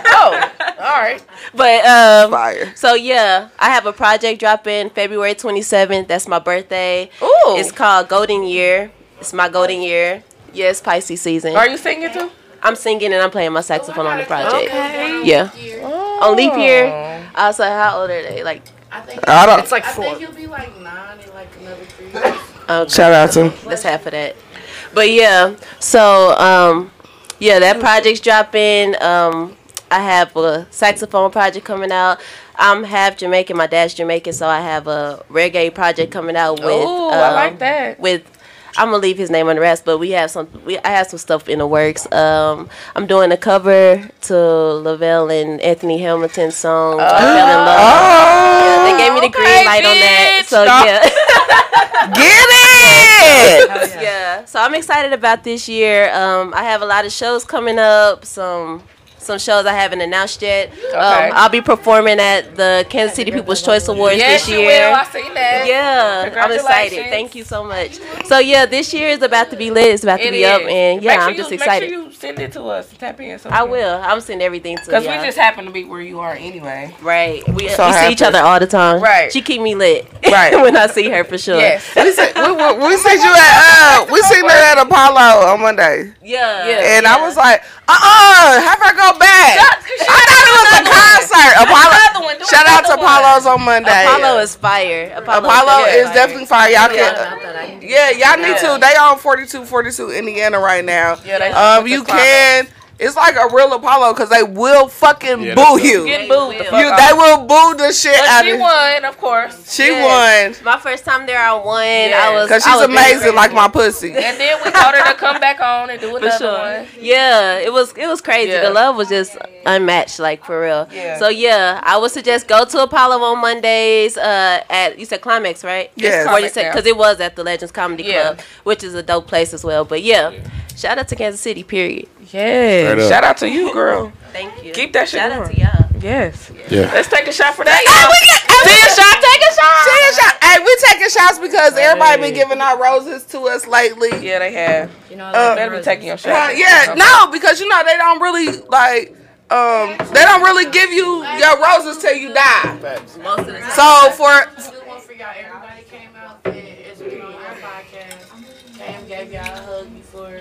S2: Oh, all right.
S7: But um,
S1: Fire.
S7: so yeah, I have a project dropping February 27th. That's my birthday.
S2: Ooh.
S7: It's called Golden Year. It's my golden year. Yes, Pisces season.
S2: Are you Oh singing too?
S7: I'm singing and I'm playing my saxophone on the project.
S4: Okay.
S7: Yeah.
S2: Oh.
S7: On leap year, I was like, how old are they? Like,
S4: I think,
S1: I don't.
S6: It's like
S4: I
S6: four.
S4: think you'll be like nine in like another three years.
S7: okay,
S1: Shout out to.
S7: that's half of that. But yeah, so um, yeah, that project's dropping. Um, I have a saxophone project coming out. I'm half Jamaican. My dad's Jamaican, so I have a reggae project coming out with.
S2: Ooh, I
S7: um,
S2: like that.
S7: with I'm gonna leave his name on the rest, but we have some. We, I have some stuff in the works. Um, I'm doing a cover to Lavelle and Anthony Hamilton's song. I fell in love.
S1: Oh,
S7: They gave me the green
S2: Oh. okay,
S7: light on that.
S2: bitch.
S7: So
S2: Stop.
S7: yeah,
S1: get it.
S7: yeah. So I'm excited about this year. Um, I have a lot of shows coming up. Some. Some shows I haven't announced yet.
S2: Okay.
S7: Um, I'll be performing at the Kansas City People's Choice Awards
S2: Yes,
S7: this
S2: you
S7: year.
S2: will. I seen that.
S7: Yeah, I'm
S2: Congratulations.
S7: excited. Thank you so much. So yeah, this year is about to be lit. It's about to
S2: It
S7: be up,
S2: is.
S7: and
S2: Make
S7: yeah,
S2: sure
S7: I'm
S2: you-
S7: just excited.
S2: Make sure you send it to us. Tap in. So we
S7: I
S2: can-
S7: will. I'm sending everything to you.
S2: Cause we just happen to be where you are anyway.
S7: right. We,
S1: So
S7: we see
S1: happy.
S7: each other all the time.
S2: Right.
S7: She keep me lit.
S1: Right.
S7: when I see her for sure.
S2: Yes.
S1: We said we, we, we seen you at uh we seen her at Apollo on Monday,
S7: Yeah.
S2: Yeah.
S1: and I was like, uh uh, have her go back.
S2: Shut-
S1: I thought it was a concert.
S2: Another
S1: Apollo.
S2: one. Do
S1: Shout out to
S2: another one.
S1: Apollo's on Monday.
S7: Apollo is fire. Apollo,
S1: Apollo
S7: yeah.
S1: is definitely fire. Y'all
S2: Yeah.
S1: can Yeah, y'all need to. They on 4242 Indiana right now.
S2: Yeah, they-
S1: um,
S2: with
S1: you
S2: the climate.
S1: can It's like a real Apollo because they will fucking
S5: Yeah,
S1: boo
S5: that's
S1: you.
S2: Get booed the fuck
S1: you
S2: off.
S1: they will boo the shit
S2: But
S1: out
S2: she
S1: of
S2: won, of course.
S1: She
S7: Yes.
S1: won
S7: My first time there, I won.
S2: Yes.
S7: I was
S1: because
S7: I
S1: she's
S7: was
S1: amazing
S7: very-
S1: like my pussy.
S2: And then we told her to come back on and do
S7: For
S2: another
S7: sure.
S2: one.
S7: Yeah, it was it was crazy.
S2: Yeah.
S7: The love was just unmatched, like for real.
S2: Yeah.
S7: So yeah, I would suggest go to Apollo on Mondays. Uh, at you said Climax, right?
S1: Yes.
S7: Or you
S2: Climax
S7: said
S2: now.
S7: because it was at the Legends Comedy
S2: Yeah.
S7: Club, which is a dope place as well. But yeah, shout out to Kansas City. Period.
S5: Straight
S2: Yeah.
S5: up.
S2: Shout out to you, girl.
S7: Thank you.
S2: Keep that shit
S7: Shout out
S2: going.
S7: to y'all.
S2: Yes.
S5: Yeah.
S2: Let's take a shot for that. y'all.
S1: Take a shot, take a shot. Take a shot. Hey, we taking shots because everybody been giving out roses to us lately.
S2: Yeah, they have.
S6: You know,
S1: Uh,
S6: I
S2: Better be
S6: love
S2: taking your
S1: Uh,
S2: shot.
S1: yeah, no, because you know they don't really like um they don't really give you your roses till you die.
S7: Most of the time.
S1: So for
S4: do one for y'all. Everybody came out and it's been on our podcast. Cam gave y'all a hug before.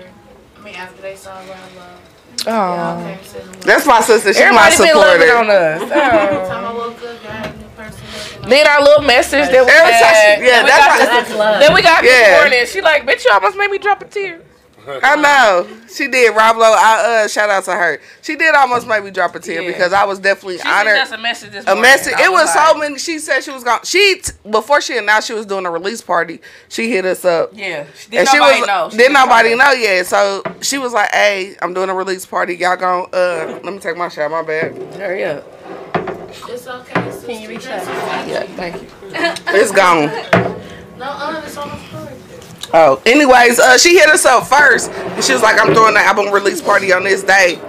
S4: I mean, after they saw Love Love. Y'all
S2: Oh.
S4: came sitting with
S1: that's my sister. She's my
S2: Everybody been loving on
S1: supporter.
S2: us.
S4: Every time
S2: Oh.
S4: I woke up, y'all had a new person. looking at me.
S2: Then our little message that we
S1: Every time
S2: had.
S1: she, yeah,
S2: we got
S1: that's
S2: this-
S1: my,
S6: That's love.
S2: Then we got
S1: Yeah.
S2: this morning. She like, bitch, you almost made me drop a tear.
S1: I know. She did. Roblo, I uh shout out to her. She did almost make me drop a tear
S2: Yeah.
S1: because I was definitely
S2: She
S1: honored.
S2: sent us a message this
S1: a
S2: morning.
S1: message.
S2: I
S1: It was
S2: like-
S1: so many. She said she was going. She t- before she announced she was doing a release party. She hit us up.
S2: Yeah. She, did
S1: And she
S2: nobody
S1: was
S2: know. She
S1: didn't
S2: just
S1: nobody
S2: told us.
S1: know yet. So she was like, "Hey, I'm doing a release party. Y'all gon' uh, let me take my shot. My bad.
S2: Hurry up.
S4: It's okay. Sister. Can you reach
S2: Yeah, thank you.
S1: It's gone."
S4: No,
S2: uh,
S4: um, it's on the floor.
S1: Oh, anyways, uh, she hit us up first. And she was like, "I'm throwing an album release party on this day.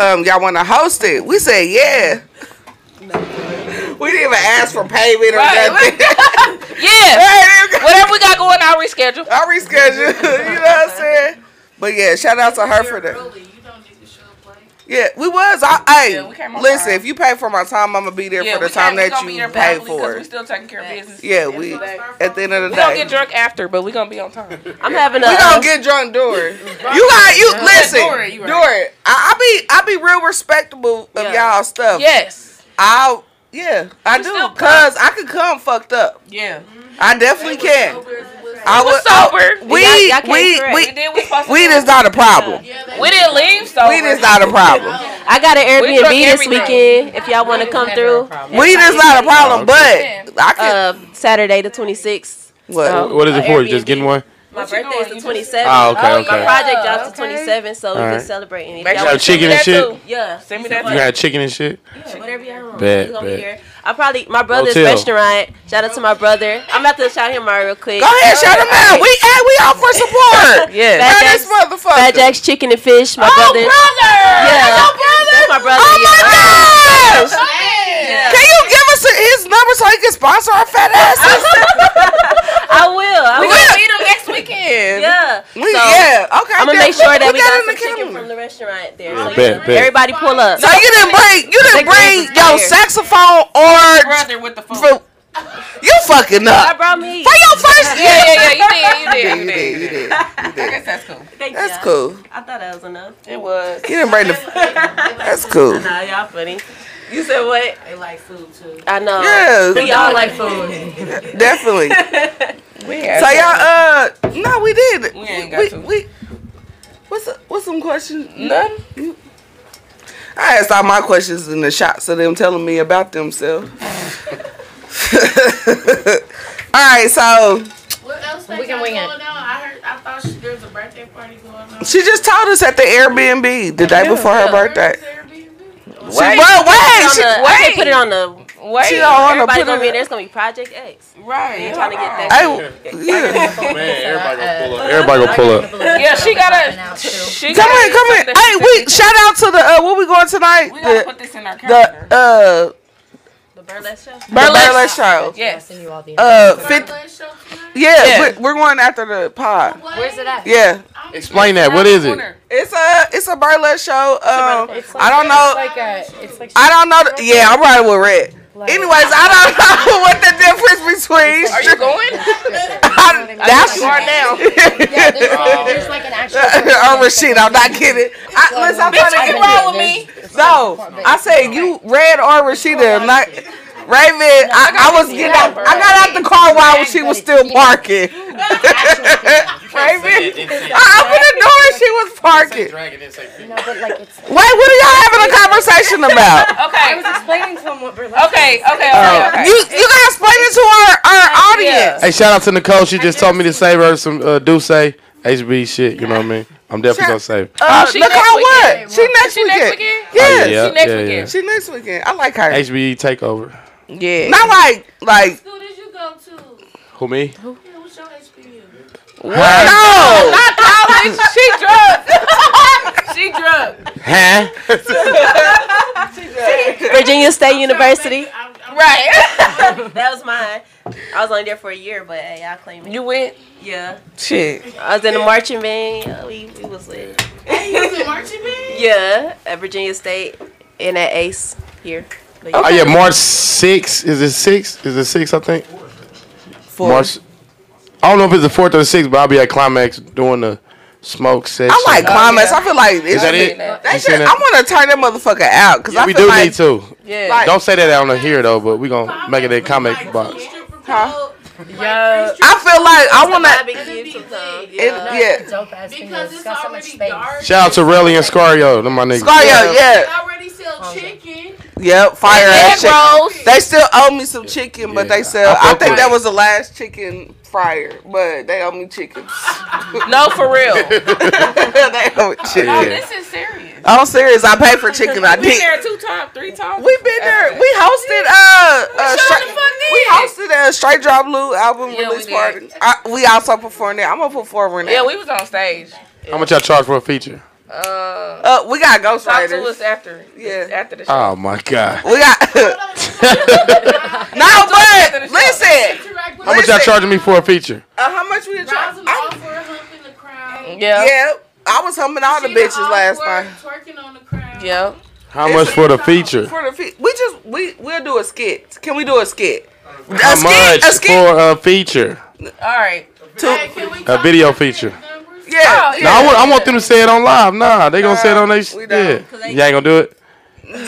S1: Um, y'all want to host it?" We said, "Yeah." we didn't even ask for payment or
S2: Right.
S1: nothing.
S2: Yeah.
S1: Hey,
S2: Whatever we got going, I'll reschedule.
S1: I rescheduled. you know what I'm saying? But yeah, shout out to her for that.
S4: Really, you don't need to show up late.
S1: Yeah, we was. I, hey,
S2: Yeah, we came on
S1: listen,
S2: time.
S1: if you pay for my time, I'm gonna be there
S2: yeah,
S1: for
S2: we
S1: the time
S2: can't- we
S1: that
S2: gonna be
S1: you
S2: there
S1: pay
S2: promptly 'cause
S1: for
S2: We
S1: it.
S2: still taking care of business.
S1: Yeah, we at the end of the
S2: We
S1: day.
S2: gonna get drunk after, but we gonna be on time.
S7: I'm having a.
S1: We don't get drunk during. You got you listen.
S2: Yeah, during, you right.
S1: During, I, I be I be real respectable of
S7: Yeah.
S1: y'all stuff.
S2: Yes.
S1: I'll yeah, I
S2: You
S1: do
S2: still
S1: because I could come fucked up.
S2: Yeah.
S1: I definitely can. I
S2: was
S1: would. I-
S2: sober.
S1: we
S7: Y'all- y'all came
S1: we
S7: correct.
S2: And then we supposed
S1: we
S2: to-
S1: weed is not a problem.
S2: We didn't leave, so
S1: Weed is not a problem.
S7: I got an
S2: We drunk
S7: Airbnb this
S2: everything.
S7: weekend. If y'all want to come through,
S1: Weed is not a problem, but I can.
S7: uh, Saturday the 26th.
S1: What?
S5: What is it for? You just getting one?
S7: My
S2: What you
S7: birthday is
S2: doing?
S7: the
S2: You just-
S7: 27th.
S5: Oh, okay,
S7: My
S5: okay.
S7: project drops the
S6: Okay.
S7: 27th, so we
S5: Alright.
S7: can celebrate.
S2: Make
S7: and y'all
S2: sure
S5: have
S2: you
S7: wanna-
S2: send
S5: chicken
S2: me
S5: and
S2: that
S5: shit?
S2: too.
S7: Yeah.
S2: Send me that.
S5: You got chicken and shit?
S7: Yeah, whatever y'all want.
S5: Bet,
S7: we gonna
S5: bet.
S7: be here. I probably my brother's
S5: Hotel.
S7: restaurant. Shout out to my brother. I'm about to shout him out real quick.
S1: Go ahead, shout them out. We hey, we all for support.
S2: Yeah.
S1: Fat this
S7: Fat Jack's,
S1: motherfucker.
S7: Fat Jack's Chicken and Fish. My brother.
S1: brother!
S7: Yeah.
S1: Oh, That's your brother?
S7: That's my brother,
S1: Oh my
S7: yeah.
S1: gosh!
S7: Yeah.
S1: Can you give us his number so he can sponsor our fat asses?
S7: I will. I
S2: We
S7: will.
S2: gonna meet him next weekend.
S7: Yeah.
S1: We,
S7: so,
S1: yeah, okay.
S7: I'm gonna
S1: then
S7: make sure that
S1: got
S7: we, got,
S1: it in
S7: some chicken
S1: calendar.
S7: from the restaurant there.
S5: Yeah,
S7: so
S5: bet,
S7: Oh, yeah,
S5: bet.
S7: everybody pull up.
S1: So you didn't bring you didn't
S7: Like,
S1: bring
S7: this is
S1: your
S7: fire.
S1: saxophone or
S2: Brother with the phone.
S1: for, you fucking
S7: I
S1: up
S7: brought me.
S1: for your first.
S2: Yeah, yeah, yeah. You
S1: Yeah,
S2: did,
S1: you
S2: you did,
S1: did, you did. You
S2: I
S1: did.
S2: guess that's cool.
S7: Thank
S1: That's
S7: y'all.
S1: cool.
S7: I thought that was enough.
S2: It was.
S1: You didn't bring the. That's cool.
S7: Nah, y'all funny. You said what?
S4: They like food too.
S7: I know. We
S1: Yeah,
S7: all like food.
S1: definitely.
S2: We
S1: So
S2: had.
S1: y'all, uh, no, we did.
S2: We ain't got to.
S1: we, what's uh, what's some questions?
S2: None.
S1: I asked all my questions in the shots of them telling me about themselves. all right, so
S4: What else they
S6: We can
S4: got
S6: wing
S4: going
S6: it.
S4: on? I heard. I thought she, there was a birthday party going on.
S1: she just told us at the Airbnb the day before her
S2: yeah.
S1: birthday.
S4: Where is Airbnb?
S1: She, well, wait,
S7: On
S1: she,
S7: the, I can't put it on the.
S2: Wait.
S1: She don't wanna
S7: Everybody
S1: put
S7: gonna
S1: it
S7: be in there. It's gonna be Project
S4: Oh.
S7: X.
S2: Right.
S7: Trying to get that.
S1: I, yeah.
S5: Man, everybody gonna pull up. Everybody gonna pull up.
S2: Yeah, she
S6: Now,
S2: gotta.
S6: too.
S2: She
S1: Come
S2: gotta
S1: in,
S2: do
S1: come in.
S2: something
S1: Hey, we
S2: specific.
S1: shout out to the uh, what we going tonight?
S2: We gotta
S1: The
S2: put this in our calendar.
S1: the uh
S7: The burlesque show.
S1: burlesque, burlesque show.
S2: yes.
S6: Send you all the-
S1: Uh, fit,
S4: Last show tonight?
S1: yeah,
S2: Yeah.
S1: We're, we're going after the pod.
S6: Where's it at?
S1: Yeah,
S5: Explain that. What is it?
S2: Corner.
S1: it's a it's a burlesque show. Um,
S6: It's like-
S1: I don't know.
S6: It's like a, it's like
S1: I don't know. The, yeah, I'm riding with Red.
S6: Like-
S1: Anyways, I don't know what the difference between.
S2: Are you going?
S1: I, that's
S2: You are now.
S6: there's, like, there's like an actual.
S1: Or Rashid, I'm not kidding. I, listen, I'm trying to
S2: You
S1: get
S2: roll with me.
S1: No, I said you, Red or Rashida, not Raven. I, I was getting out. I got out the car while she was still parking. Right,
S8: Say it
S1: bitch.
S8: and say-
S1: I opened the door and she was
S8: Say
S1: parking.
S8: dragon and say fish.
S6: No, but like it's.
S1: Wait, what are y'all having a conversation about?
S8: Oh,
S6: I
S2: Okay.
S6: was explaining to him what burlesque.
S2: Okay. Okay. Okay. okay.
S1: You you gotta explain it to our, our audience.
S5: Hey, shout out to Nicole. She just told me to save her some uh, Duce HB shit. You know what I mean? I'm definitely gonna save. Her.
S2: Oh,
S1: Uh, Look how what? She next
S2: She
S1: weekend.
S2: next weekend?
S1: Yes.
S5: Yeah,
S2: she next
S5: Oh, yeah,
S2: weekend.
S1: She next weekend. I like her.
S5: HB takeover.
S2: Yeah.
S1: Not like like
S4: Who did you go to?
S5: Who me?
S4: Yeah, what's your HBU?
S1: no.
S2: Not college. she drunk. she drunk.
S5: Huh?
S7: Virginia State University.
S4: I'm, I'm
S2: Right.
S7: That was mine. I was only there for a year, but hey, I claim it.
S2: You went.
S7: Yeah.
S2: Shit.
S7: I was in the marching band. Yeah, we, we was lit.
S4: using marching band.
S7: Yeah, at Virginia State and at Ace here. But
S5: Oh yeah, March 6th. Is it 6th? Is it 6th, I think?
S1: Fourth.
S5: March. I don't know if it's the 4th or the 6th, but I'll be at Climax doing the smoke session.
S1: I like climax. I feel like
S5: Is that it? You
S1: That
S5: seen
S1: shit,
S5: that?
S1: I want to turn that motherfucker out because I
S5: we
S1: feel
S5: do
S1: like
S5: need to.
S2: Yeah.
S1: Like-
S5: Don't say that on here though, but we gonna make it a comment box.
S1: Huh?
S6: Yeah.
S1: I feel like I want to.
S7: barbecue sometimes.
S1: Yeah. yeah.
S6: Dope ass
S4: Because
S6: fingers.
S4: it's
S6: Got so much
S4: already
S6: space.
S4: dark.
S5: Shout out to Relly and Scario, them my niggas.
S1: Scario,
S4: They
S1: yeah.
S4: already sell chicken.
S1: Yep, fire
S2: Egg
S1: ass chicken.
S2: rolls.
S1: They still owe me some chicken, but
S5: Yeah,
S1: they sell.
S5: I
S1: I,
S5: fuck
S1: think
S5: with
S1: that
S5: it.
S1: was the last chicken fryer, but they owe me chicken.
S2: No, for real.
S1: they owe me chicken.
S5: Yeah.
S2: This is serious.
S1: I'm serious. I paid for chicken. I
S2: We
S1: did.
S2: Oh, there two times, three times.
S1: We've been there. We hosted uh, uh
S2: sure
S1: straight,
S2: the fuck
S1: we
S2: did.
S1: hosted a straight drop blue album
S2: Yeah, we
S1: release
S2: did.
S1: party. I, we also performed it. I'm gonna perform it.
S2: Yeah, we was on stage.
S5: How much y'all charge for a feature?
S2: Uh,
S1: uh, we got
S2: talk to us
S1: ghostwriters.
S2: after.
S1: Yeah.
S2: After the show.
S5: Oh my god.
S1: We got no, but listen.
S4: Interact with
S5: How much y'all
S1: Listen.
S5: charging me for a feature?
S1: Uh, how much we charge?
S4: Rosalyn all
S1: I-
S4: for a hump in the crowd.
S2: yeah. Yeah.
S1: Yeah, I was humming all the
S4: Sheena
S1: bitches
S4: all
S1: last
S4: for
S1: night.
S4: Twerking on the crowd.
S2: Yeah.
S5: How much for the feature?
S1: For the feet, we just we we'll do a skit. Can we do a skit? A
S5: How
S1: skit,
S5: much
S1: a skit.
S5: for a feature?
S2: All right.
S4: Hey, can we
S5: A
S4: talk
S5: video
S4: about
S5: feature.
S4: the numbers?
S1: Yeah,
S2: Oh,
S5: No, I want, I want them to say it on live. Nah, they gonna say it on their.
S1: we
S5: Yeah,
S1: don't.
S5: you ain't gonna do it.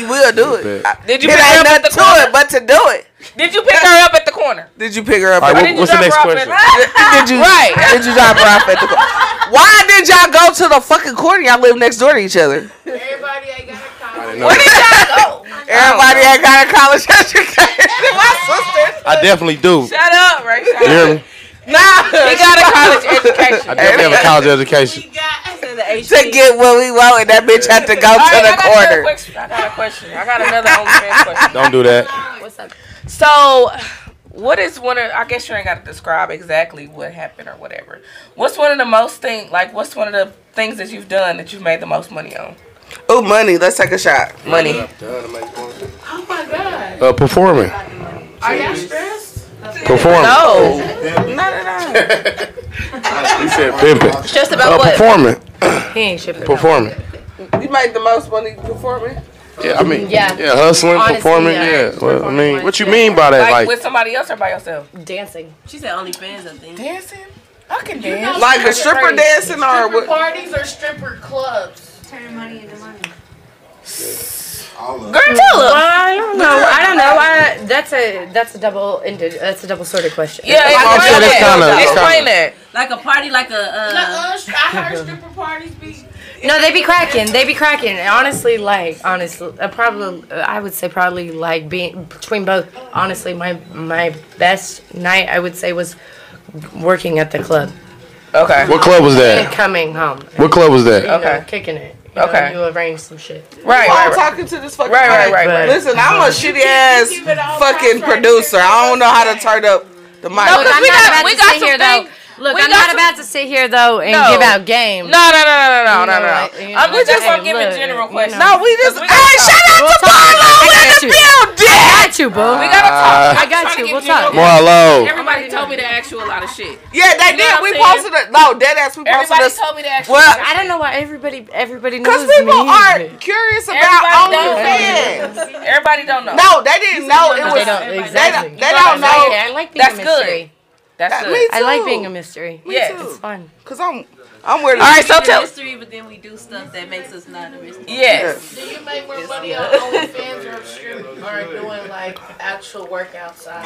S1: we'll do it.
S5: Bet.
S1: I-
S2: Did you
S1: it
S2: pick her
S1: ain't
S2: up
S1: nothing
S2: at the
S1: to it
S2: corner?
S1: but to do it.
S2: Did you pick her up at the corner?
S1: Did you pick her up?
S5: All
S1: at
S5: right,
S1: the
S5: what- what's the next question?
S1: did you
S2: Right.
S1: Did you drop her off at the corner? Why did y'all go to the fucking corner? Y'all live next door to each other.
S4: Everybody ain't got a car.
S5: No.
S1: Everybody ain't got a college education. My sister.
S5: I definitely do.
S2: Shut up, right?
S5: You hear me?
S1: Nah,
S2: He got a college
S5: I
S2: education.
S5: definitely have a college education.
S4: We got
S1: to get what we want, and that bitch had to go
S2: All right, I got
S1: to
S2: another
S1: the corner.
S2: question. I got a question. I got another OnlyFans question.
S5: Don't do that.
S6: What's up?
S2: So, what is one of? I guess you ain't got to describe exactly what happened or whatever. What's one of the most thing? Like, what's one of the things that you've done that you've made the most money on?
S1: Oh, money. Let's take a shot. Money.
S4: Oh my god.
S5: Uh, performing,
S4: Are y'all stressed?
S5: performing.
S2: Oh,
S5: He said pimping.
S7: Just about
S5: Uh,
S7: what?
S5: performing,
S6: He ain't shipping.
S5: performing.
S1: You made the most money performing.
S5: Yeah, I mean,
S6: Yeah.
S5: yeah, hustling,
S6: Honestly,
S5: performing.
S6: yeah.
S5: Yeah, well, I mean,
S6: Performing
S5: what you
S6: wise,
S5: mean by that?
S2: like,
S5: Like,
S2: with somebody else or by yourself?
S6: Dancing.
S7: She said OnlyFans, I think.
S2: Dancing. I can dance.
S1: Like a stripper dancing or
S4: Stripper
S1: what?
S4: parties or stripper clubs? Turn money into money.
S2: Girl, tell us.
S6: Well, I don't know. I don't know. I, that's a that's a double ended. That's a double sorted question.
S2: Yeah,
S5: I'm
S2: explain
S5: saying that's kinda-
S2: that.
S5: that's
S2: Explain
S5: kinda-
S2: that.
S7: Like a party, like a. Uh,
S4: Uh, I heard stripper parties be.
S6: No, they be cracking. They be cracking. And honestly, like honestly, uh, probably uh, I would say probably like being between both. Honestly, my my best night I would say was working at the club
S2: Okay.
S5: what club was
S6: and
S5: that?
S6: coming home.
S5: What club was
S6: You
S5: that?
S6: know,
S2: Okay.
S6: kicking it. You know,
S2: Okay.
S6: you arrange some shit.
S2: Right.
S1: Why
S2: Right.
S1: I'm
S2: right.
S1: talking to this fucking
S2: Right, right,
S1: mic?
S2: right, right.
S1: Listen, I'm a shitty ass
S4: keep it all
S1: fucking
S4: concentrated.
S1: producer. I don't know how to turn up the mic.
S2: No, 'cause we got- we got some things-
S6: though. Look,
S2: we
S6: I'm
S2: got
S6: not
S2: some-
S6: about to sit here though and
S2: No.
S6: give out game.
S2: No, no, no, no, no, no,
S6: You know,
S2: no.
S6: like, you
S2: I'm
S6: know,
S2: just, just
S6: hey,
S2: gonna give
S6: look,
S2: a general
S6: you
S2: question.
S6: know.
S1: No, we just. Hey,
S2: We gotta talk.
S1: shout out to
S6: I
S1: Barlow in
S6: got you.
S1: the building.
S6: I got you, boo.
S2: we gotta talk.
S5: Uh,
S6: I
S2: trying
S6: got
S2: to
S6: you.
S2: give
S6: What's
S2: general-
S6: up?
S5: Marlo.
S2: Everybody told me to ask you a lot of shit.
S1: Yeah, they
S2: You know
S1: did.
S2: what
S1: We
S2: I'm
S1: posted it. No, dead ass. We posted
S2: Everybody
S1: this
S2: told me to ask you.
S1: Well,
S2: a lot of
S6: I don't
S2: shit.
S6: know why everybody everybody knows
S1: because people
S6: me.
S1: are curious about
S2: Everybody knows
S1: OnlyFans.
S2: Everybody don't know.
S1: No, they didn't know it
S6: They
S1: was.
S6: don't
S1: They
S6: exactly.
S1: don't, they don't
S6: I like
S1: know.
S6: it. I like being
S2: That's
S6: mystery.
S2: good. That's
S1: That-
S2: good.
S1: me
S6: I like
S1: too.
S6: being a mystery.
S1: Me
S2: Yeah.
S1: too.
S6: It's fun.
S1: Cause I'm I'm wearing.
S2: All right, so
S8: We're a
S2: tell.
S8: mystery, but then we do stuff that makes us not a mystery.
S2: Yes.
S4: Do you make more money on OnlyFans or strip or doing like actual work outside?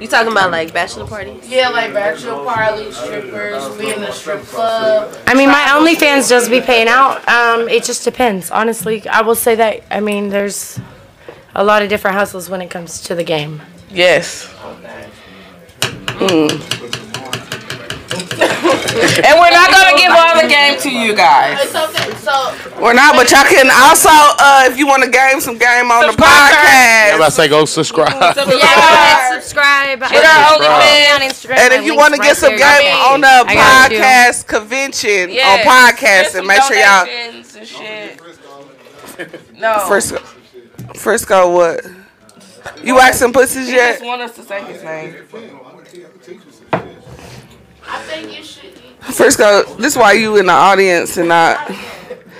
S7: You talking about like bachelor parties?
S4: Yeah, like bachelor parties, strippers, being in a strip club.
S6: I mean, my OnlyFans does be paying out. Um, it just depends. Honestly, I will say that. I mean, there's a lot of different hustles when it comes to the game.
S2: Yes. and we're not gonna give all the game to you guys.
S4: It's okay. So
S1: We're not, but y'all can also uh, if you want to game some game on the
S2: Subscribe.
S5: I'm about
S1: podcast.
S5: to say go subscribe.
S6: Yeah, subscribe. Get
S2: our
S6: on
S2: OnlyFans.
S6: Instagram.
S1: And
S6: My
S1: if you
S6: link's
S1: want to
S6: right
S1: get some
S6: there.
S1: game on the
S6: I got you.
S1: podcast convention
S2: Yes.
S1: on podcast,
S2: Get
S1: and
S2: some
S1: make sure y'all
S2: donations and shit. No.
S1: Frisco, Frisco, what? You wax some pussies
S2: He just
S1: yet?
S2: want us to say his name.
S4: I think you should.
S1: Frisco, this why you in the audience and not.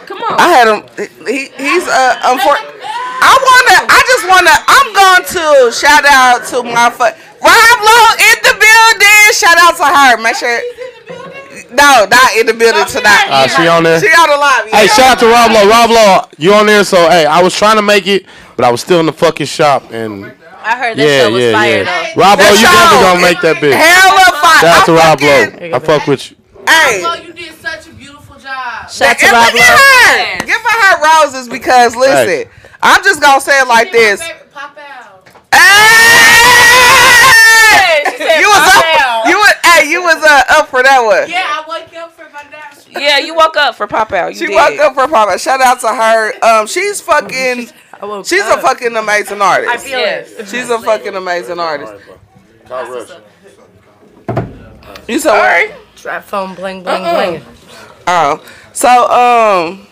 S2: Come on.
S1: I had him. He, he's uh unfortunate. I wanna. I just wanna. I'm going to shout out to my fu- Rob Lowe in the building. Shout out to her. Make sure. No, not in the building tonight.
S5: Uh, she on there.
S1: She out alive.
S5: Hey, shout out to Rob Lowe. Rob Lowe, you on there? So hey, I was trying to make it, but I was still in the fucking shop, and
S8: I heard that
S5: yeah,
S8: show was
S5: yeah,
S8: fire
S5: yeah. Rob Lowe, you definitely gonna make that big.
S1: Hell of fire.
S5: Shout out to
S1: I
S5: Rob
S1: fucking-
S5: Lowe. I fuck with you.
S4: Well,
S1: Hey.
S4: you did such a beautiful job.
S8: Shout
S1: and look at her. Give her her roses because listen, I'm just gonna say it like
S4: You're my
S1: this.
S4: favorite, Pop out.
S1: Hey! You was up. You was. Hey, you was uh, up for that one.
S4: Yeah, I woke up for my dad.
S2: yeah, you woke up for pop out. You
S1: She
S2: did. Oh,
S1: woke up for Papa. Shout out to her. Um, she's fucking. She's a fucking amazing artist.
S2: Yes.
S1: She's a fucking amazing artist.
S8: what's up.
S1: You so worried?
S6: Trap phone bling bling bling.
S1: Oh, so um,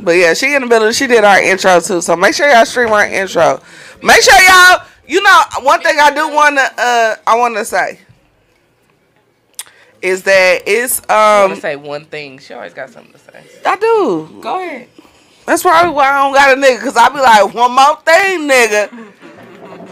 S1: but yeah, she in the middle. She did our intro too. So make sure y'all stream our intro. Make sure y'all. You know, one thing I do wanna uh, I wanna say is that it's
S2: I'm gonna
S1: um,
S2: say one thing. She always got something to say.
S1: I do.
S2: Go ahead.
S1: That's probably why I don't got a nigga, cause I be like, one more thing, nigga.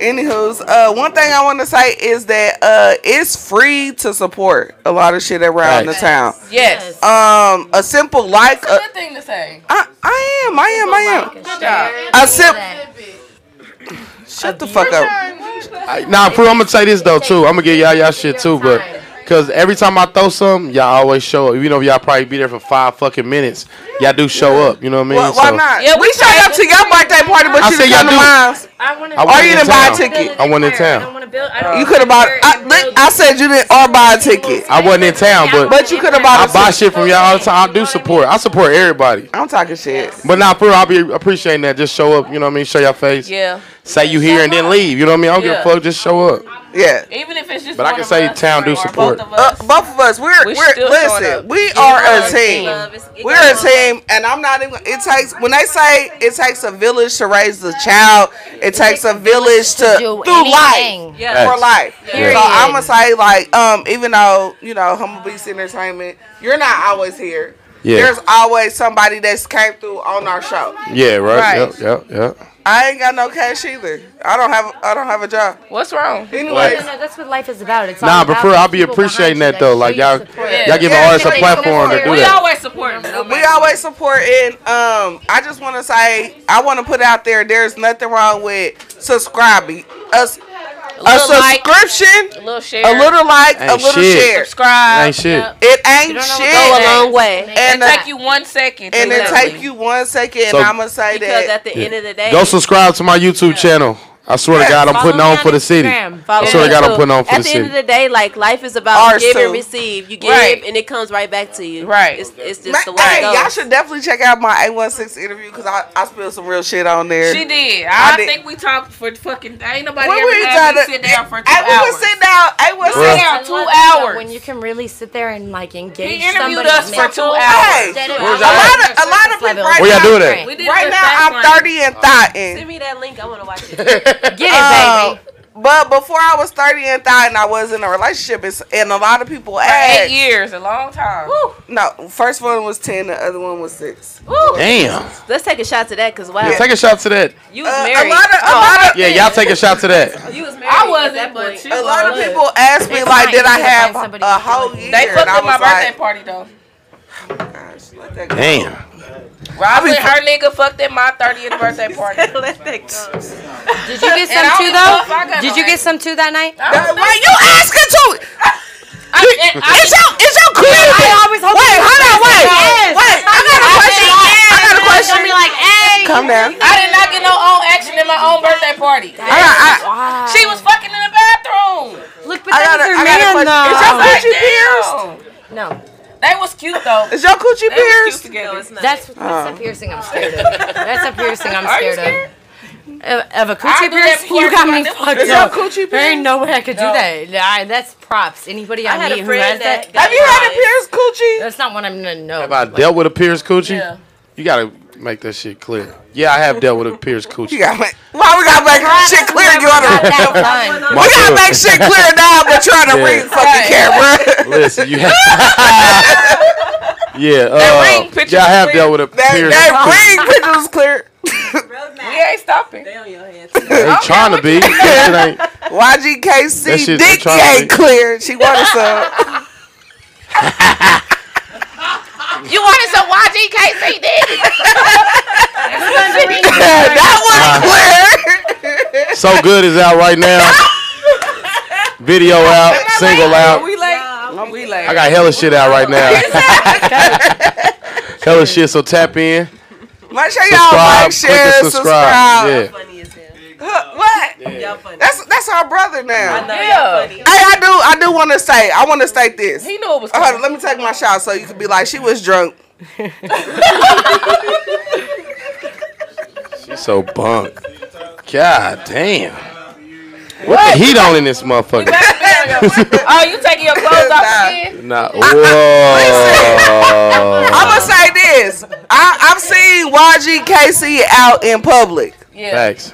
S1: Anywho's, uh, one thing I want to say is that uh, it's free to support a lot of shit around the
S5: Facts.
S1: town.
S2: Yes.
S1: Um, a simple like,
S2: That's
S1: uh,
S2: a good thing to say.
S1: I, I am, I am, I am.
S2: Good job.
S1: A simp,
S4: Baby.
S1: shut the fuck up.
S5: I- Nah, for I'm gonna say this though too. I'm gonna get y'all y'all shit too, but because every time I throw something, y'all always show up. You know, y'all probably be there for five fucking minutes. Y'all do show up. You know what I mean?
S1: Why, why
S5: So,
S1: not?
S2: Yeah,
S1: we
S2: we
S1: showed up to your birthday party, but
S5: I
S1: you
S5: said
S1: didn't come to
S5: y'all do.
S1: mine.
S6: I want
S5: I
S1: Or
S5: wasn't
S1: you
S5: in
S1: didn't buy a
S5: town.
S1: ticket.
S5: I wasn't in town.
S1: You could have bought. I, look, I said you didn't, or buy a ticket,
S5: I wasn't in town, but
S1: but you could have bought.
S5: I
S1: a
S5: buy
S1: ticket.
S5: shit from y'all all the time. I do support. I support everybody.
S1: I'm talking shit.
S5: But nah, for real, I'll be appreciating that. Just show up. You know what I mean? Show your face.
S2: Yeah.
S5: Say you here and then leave. You know what I mean? I don't
S2: Yeah.
S5: give a fuck. Just show up.
S1: Yeah.
S2: Even if it's just.
S5: But I
S2: one
S5: can
S2: of
S5: say
S2: us
S5: town
S2: or-
S5: do
S2: or both
S5: support.
S2: of
S1: Uh,
S2: us.
S1: both of us, we're
S2: We
S1: we
S2: still
S1: are
S2: showing
S1: listen.
S2: up.
S1: We are a team.
S8: Love, it's- it
S1: We're a
S8: goes
S1: team, and I'm not even. It takes when they say it takes a village to raise a child. It takes a village to
S6: do
S1: through
S6: anything.
S1: life
S8: Yeah.
S5: Facts.
S1: for life.
S5: Yeah.
S1: So I'm gonna say like um even though you know Humble Beast Entertainment, you're not always here.
S5: Yeah.
S1: There's always somebody that's came through on our show.
S5: Yeah. Right.
S1: Right.
S5: Yep. Yep. Yep.
S1: I ain't got no cash either. I don't have. I don't have a job.
S2: What's wrong?
S1: Anyway,
S6: No, no, that's what life is about. It's
S5: Nah,
S6: all
S5: but
S6: about
S5: for real,
S6: the
S5: I'll be
S6: people
S5: appreciating
S6: behind
S5: that,
S6: you
S5: though. Like,
S6: show you
S5: y'all-
S6: support.
S2: Yeah.
S5: Y'all giving
S1: Yeah,
S5: artists a
S1: everybody
S5: platform to
S1: supports.
S5: do
S2: We
S5: that.
S2: always support. no
S1: we
S2: matter-
S1: always support and um i just want to say i want to put out there there's nothing wrong with subscribing a, s- a
S2: Little like,
S1: subscription
S2: a little share,
S1: a little like a
S5: Ain't
S1: little
S5: shit.
S1: share
S2: subscribe.
S5: Ain't shit.
S2: Yep.
S1: it ain't
S6: don't know
S1: shit
S7: Go a
S2: Yeah.
S7: long way.
S2: And
S1: and, uh,
S2: take you one second.
S1: and it
S2: Exactly.
S1: take you one second
S5: So-
S1: and i'm gonna say
S7: Because
S1: that
S7: at the end of the day,
S5: Go subscribe to my YouTube channel. I swear
S1: Yeah.
S5: to God, I'm
S6: Follow
S5: putting
S6: me
S5: on for the city.
S6: Instagram.
S5: I swear to God, I'm putting on for
S7: At
S5: the
S7: the end of the
S5: city.
S7: day, like life is about
S1: Ours
S7: give
S1: too.
S7: and receive. You give
S2: Right.
S7: and it comes right back to you.
S2: Right.
S7: It's, it's
S1: Man,
S7: just the way
S1: hey,
S7: it
S1: y'all
S7: goes.
S1: should definitely check out my A16 interview because I, I spilled some real shit on there.
S2: She did. I,
S1: I did.
S2: think we talked for fucking. Ain't nobody
S1: When
S2: ever
S1: we
S2: had me
S1: gotta-
S2: sit down for two
S1: Hey, we
S2: hours.
S1: was sitting down. Hey, was
S5: Bruh.
S1: sitting
S2: Yeah,
S1: down.
S6: I
S2: two
S6: love that, though,
S2: hours.
S6: When you can really sit there and like engage.
S2: He interviewed
S6: somebody's
S2: us for
S6: mental
S2: two
S6: health.
S2: hours.
S6: That is-
S5: Where's
S1: A lot of a lot of
S6: Surface
S1: people
S6: level.
S1: right
S5: Where y'all
S1: now.
S5: do that?
S2: We did
S1: Right
S2: the
S1: now,
S2: fast
S1: I'm
S2: lane.
S1: 30 and thotting.
S7: Send me that link. I want to watch it.
S6: Get
S1: Uh,
S6: it, baby.
S1: but before I was 30 and thought and I was in a relationship, it's, and a lot of people
S2: Eight
S1: ask.
S2: years, a long time.
S1: No, first one was 10, the other one was Uh, 6.
S5: Damn.
S7: Let's take a shot to that because wow,
S5: Yeah, take a shot to that.
S7: you
S1: Uh,
S7: was
S1: a
S7: married.
S1: lot of, a lot of,
S5: Yeah, y'all take a shot to that.
S7: you was married.
S2: I was.
S8: that boy-
S4: wasn't, but you
S1: A lot of
S4: was.
S1: people ask me
S6: It's
S1: like,
S6: not
S1: did I
S6: easy to
S1: have
S6: find somebody
S1: a
S6: who's
S1: whole
S6: doing
S1: year?
S6: it.
S2: They fucked
S1: and I
S2: up my
S1: was like,
S2: birthday party though.
S1: Gosh, let that go.
S5: Damn.
S2: Robin, her nigga fucked at my 30th birthday party.
S7: Let that go.
S6: Did you get
S2: And I
S6: some too
S2: don't know if I
S6: though?
S2: got
S6: Did
S2: no
S6: you get
S2: ass.
S6: some too that night?
S1: That- Why you asking to?
S2: I, I, I,
S1: It's your, it's your career.
S6: I always hope
S1: wait,
S6: you-
S1: hold on, wait,
S6: Yes.
S1: wait. I got a question. I got a question.
S6: Gonna be like, hey,
S1: Calm down.
S2: I did not get no own action in my own birthday party.
S1: I got, I,
S2: She was fucking in the bathroom.
S6: look, but
S1: I got,
S6: that
S1: a,
S6: is her
S1: I got a
S6: man
S1: question. Is your coochie
S6: though.
S1: pierced?
S2: pierced?
S6: No,
S2: They was cute though.
S1: Is your coochie
S2: They was
S1: pierced?
S2: cute together.
S8: No, it's not.
S6: that's that's a piercing I'm scared of. That's a piercing I'm
S2: Oh. Are you scared?
S6: scared of. Of, of a
S2: I
S6: coochie
S2: do that
S6: pierce,
S2: before
S6: you got me
S2: everyone.
S6: fucked
S1: Is your
S6: up.
S1: coochie pierced?
S6: There ain't no way I could do
S2: No.
S6: that. Nah, that's props. Anybody I,
S8: I had
S6: meet
S8: a
S6: who has
S8: friend
S6: that,
S8: that.
S1: Have you had a pierced coochie?
S6: that's not one I'm gonna know.
S5: Have I dealt with a pierced coochie?
S2: Yeah.
S5: You gotta make that shit clear. Yeah, I have dealt with a pierced coochie.
S1: You got me. Why we gotta make shit clear? You on
S6: Got
S1: the
S6: that done.
S5: My
S1: we gotta
S5: foot.
S1: make shit clear now, but you're on the
S5: Yeah.
S1: ring fucking camera.
S5: Listen, you. Have, yeah, uh,
S2: ring picture
S5: yeah, I
S2: was
S5: have
S2: clear.
S5: dealt with a
S1: that,
S5: pierced.
S1: that ring picture was clear.
S2: We ain't stopping.
S8: They on your head. too.
S5: Ain't trying to be. That shit ain't- That
S1: YGKC
S5: shit-
S1: dick
S5: trying to
S1: ain't
S5: be-
S1: clear. She wanted some.
S2: You wanted some YGKC dick?
S5: Uh,
S1: that wasn't clear.
S5: so good is out right now. Video out, single out.
S2: We like, we like.
S5: I got hella shit out right now. hella shit. So tap in,
S1: Make sure y'all like,
S5: subscribe, click and
S1: share,
S5: subscribe.
S1: subscribe.
S8: funny as hell.
S1: Huh, What?
S8: Y'all funny.
S1: That's that's our brother now.
S8: I know
S2: Yeah.
S8: y'all funny.
S1: Hey, I do I do want to say I want to state this.
S2: He knew it was
S1: Uh, hold on, let
S2: coming.
S1: me take my shot so you can be like she was drunk.
S5: Yeah, so bunk. God damn. What the heat on in this motherfucker?
S2: oh, you taking your clothes
S1: Nah.
S2: off again?
S5: Nah. Whoa.
S1: I'm gonna say this. I, I've seen YGKC out in public.
S2: Yeah.
S5: Facts.